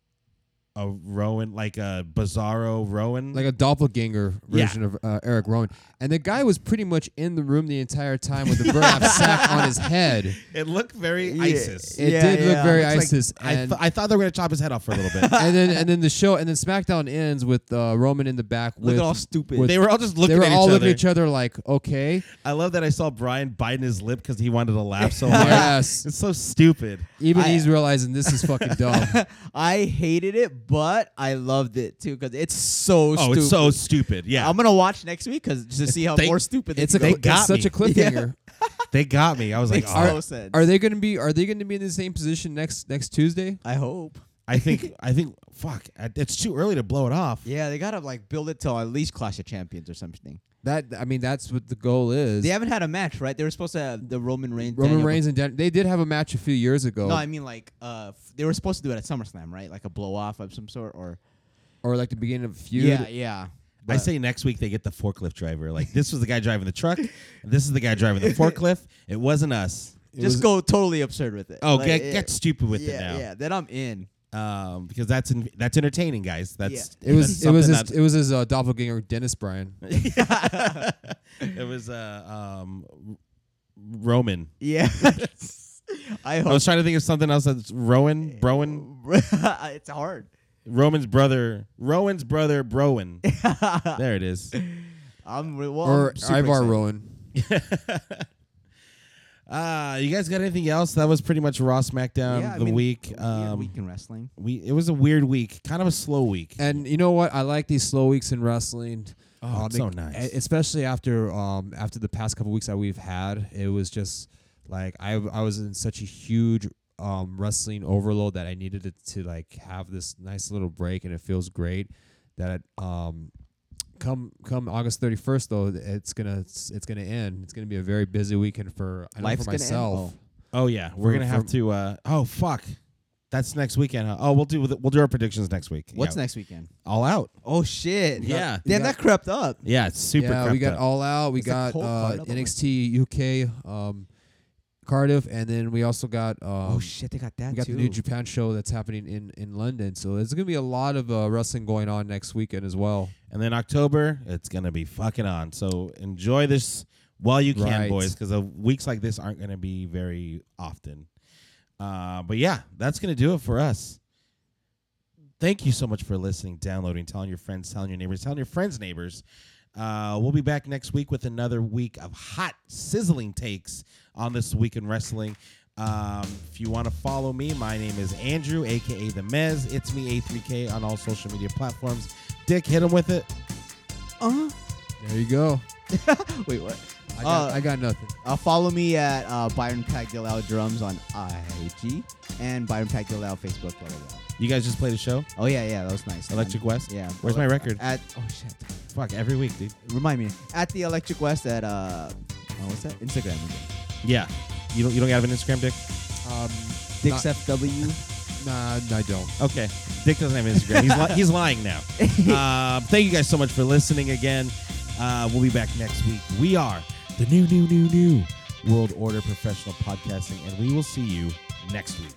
S1: a Rowan, like a Bizarro Rowan,
S2: Like a doppelganger
S1: Yeah.
S2: version of uh, Eric Rowan. And the guy was pretty much in the room the entire time with the burlap sack on his head.
S1: It looked very
S3: Yeah.
S1: ISIS.
S2: It
S3: Yeah,
S2: did look
S3: yeah.
S2: very
S1: It's like,
S2: ISIS.
S1: I,
S2: and,
S1: th- I thought they were gonna chop his head off for a little
S2: (laughs)
S1: bit.
S2: and then and then the show and then SmackDown ends with uh, Roman in the back
S3: Look
S2: with
S3: at all stupid.
S2: with-
S1: they were all just
S2: they
S1: looking
S2: were
S1: at
S2: all
S1: each
S2: looking
S1: other.
S2: at each other like, okay,
S1: I love that I saw Brian biting his lip because he wanted to laugh so hard.
S2: (laughs) yes.
S1: It's so stupid.
S2: Even
S3: I-
S2: he's realizing this is fucking dumb.
S3: (laughs) (laughs) I hated it, but I loved it too because it's so
S1: Oh,
S3: stupid.
S1: it's so stupid. Yeah,
S3: I'm
S2: (laughs)
S3: gonna watch next week because to see how
S1: They-
S3: more stupid
S2: It's a
S3: they
S1: They
S2: cl-
S3: go.
S2: it's
S1: got
S2: such
S1: me.
S2: a cliffhanger.
S1: they got me. I was like,
S3: Makes
S1: oh,
S3: no sense.
S2: Are they going to be? Are they going to be in the same position next next Tuesday?
S3: I hope.
S1: I think, I think, fuck, I- it's too early to blow it off.
S3: Yeah, they gotta like build it till at least Clash of Champions or something.
S2: That I mean, that's what the goal is.
S3: They haven't had a match, right? They were supposed to have the Roman Reigns.
S2: Roman
S3: Daniel-
S2: Reigns and Dan- they did have a match a few years ago,
S1: Oh.
S3: No, I mean like uh, f- they were supposed to do it at SummerSlam, right? Like a blow off of some sort, or
S2: or like the beginning of a feud.
S3: yeah, yeah.
S1: I say next week they get the forklift driver. Like this was the guy driving the truck.
S2: (laughs)
S1: This is the guy driving the forklift. It wasn't us.
S2: It
S3: just
S2: was-
S3: go totally absurd with it.
S1: Oh,
S3: Like,
S1: get
S3: it-
S1: get stupid with
S3: yeah,
S1: it now,
S3: Yeah, then I'm
S1: (laughs)
S3: in. (laughs)
S1: um, because that's in, that's entertaining, guys. That's
S2: It
S3: (laughs)
S2: was
S1: that's
S2: it was
S1: something
S2: his,
S1: that-
S2: it was his uh, doppelganger Dennis Bryan.
S1: it was uh, um, Roman.
S3: Yeah. I
S1: I
S3: hope.
S1: was trying to think of something else that's Rowan, Browan,
S3: (laughs) it's hard.
S1: Roman's brother, Rowan's brother, Browan.
S3: (laughs)
S1: there it is.
S3: I'm re- well,
S2: or
S3: I'm super
S2: Ivar
S3: excited.
S2: Rowan.
S1: Uh, you guys got anything else? That was pretty much Raw SmackDown
S3: Yeah, I
S1: the
S3: mean,
S1: week.
S3: weird
S1: Um,
S3: week in wrestling.
S1: we it was a weird week, kind of a slow week.
S2: And you know what? I like these slow weeks in wrestling.
S1: Oh, it's
S2: e-
S1: so nice.
S2: e- Especially after um after the past couple weeks that we've had, it was just like I I was in such a huge um wrestling overload that I needed to, to like have this nice little break, and it feels great that um come come August thirty first though it's gonna it's gonna end. It's gonna be a very busy weekend for I know
S3: Life's
S2: for
S3: gonna end?
S2: myself.
S1: oh yeah, we're
S2: For-
S1: gonna have
S2: for-
S1: to. Uh, oh fuck, that's next weekend. Huh? Oh, we'll do we'll do our predictions next week.
S3: What's
S1: yeah.
S3: next weekend?
S1: All out.
S3: Oh shit!
S1: Yeah.
S3: That- damn,
S2: Yeah.
S3: that crept up.
S1: Yeah, it's super.
S2: yeah, we
S1: crept
S2: got uh,
S1: up.
S2: All Out. We
S3: It's a
S2: got
S3: cold
S2: uh,
S3: card, otherwise.
S2: NXT UK. Um, Cardiff, and then we also got um,
S3: oh shit, they got that
S2: we got
S3: too.
S2: the New Japan show that's happening in in London. So there's gonna be a lot of uh, wrestling going on next weekend as well.
S1: And then October, it's gonna be fucking on. So enjoy this while you can,
S2: Right.
S1: boys, because weeks like this aren't gonna be very often. Uh, but yeah, that's gonna do it for us. Thank you so much for listening, downloading, telling your friends, telling your neighbors, telling your friends' neighbors. Uh, we'll be back next week with another week of hot, sizzling takes on this week in wrestling. Um, if you want to follow me, my name is Andrew, aka the Mez. It's me, A3K, on all social media platforms. Dick, hit him with it.
S3: uh,
S2: There you go.
S3: wait, what?
S2: I got,
S3: Uh,
S2: I got nothing.
S3: Uh, follow me at uh, Byron Pack Gillow Drums on IG and Byron Pack Gillow Facebook. Blah, blah, blah.
S1: You guys just played a show,
S3: Oh yeah, yeah, that was nice.
S1: Electric West.
S3: Yeah.
S1: Where's my record?
S3: At oh shit,
S1: Fuck every week, dude.
S3: remind me at the Electric West at uh, oh, what's that? Instagram again.
S1: Yeah. You don't you don't have an Instagram, Dick?
S2: Um,
S3: Dick's FW.
S2: nah, nah, I don't.
S1: Okay. Dick doesn't have an Instagram. He's (laughs) li- he's lying now. Uh, thank you guys so much for listening again. Uh, we'll be back next week. We are the new new new new World Order Professional Podcasting, and we will see you next week.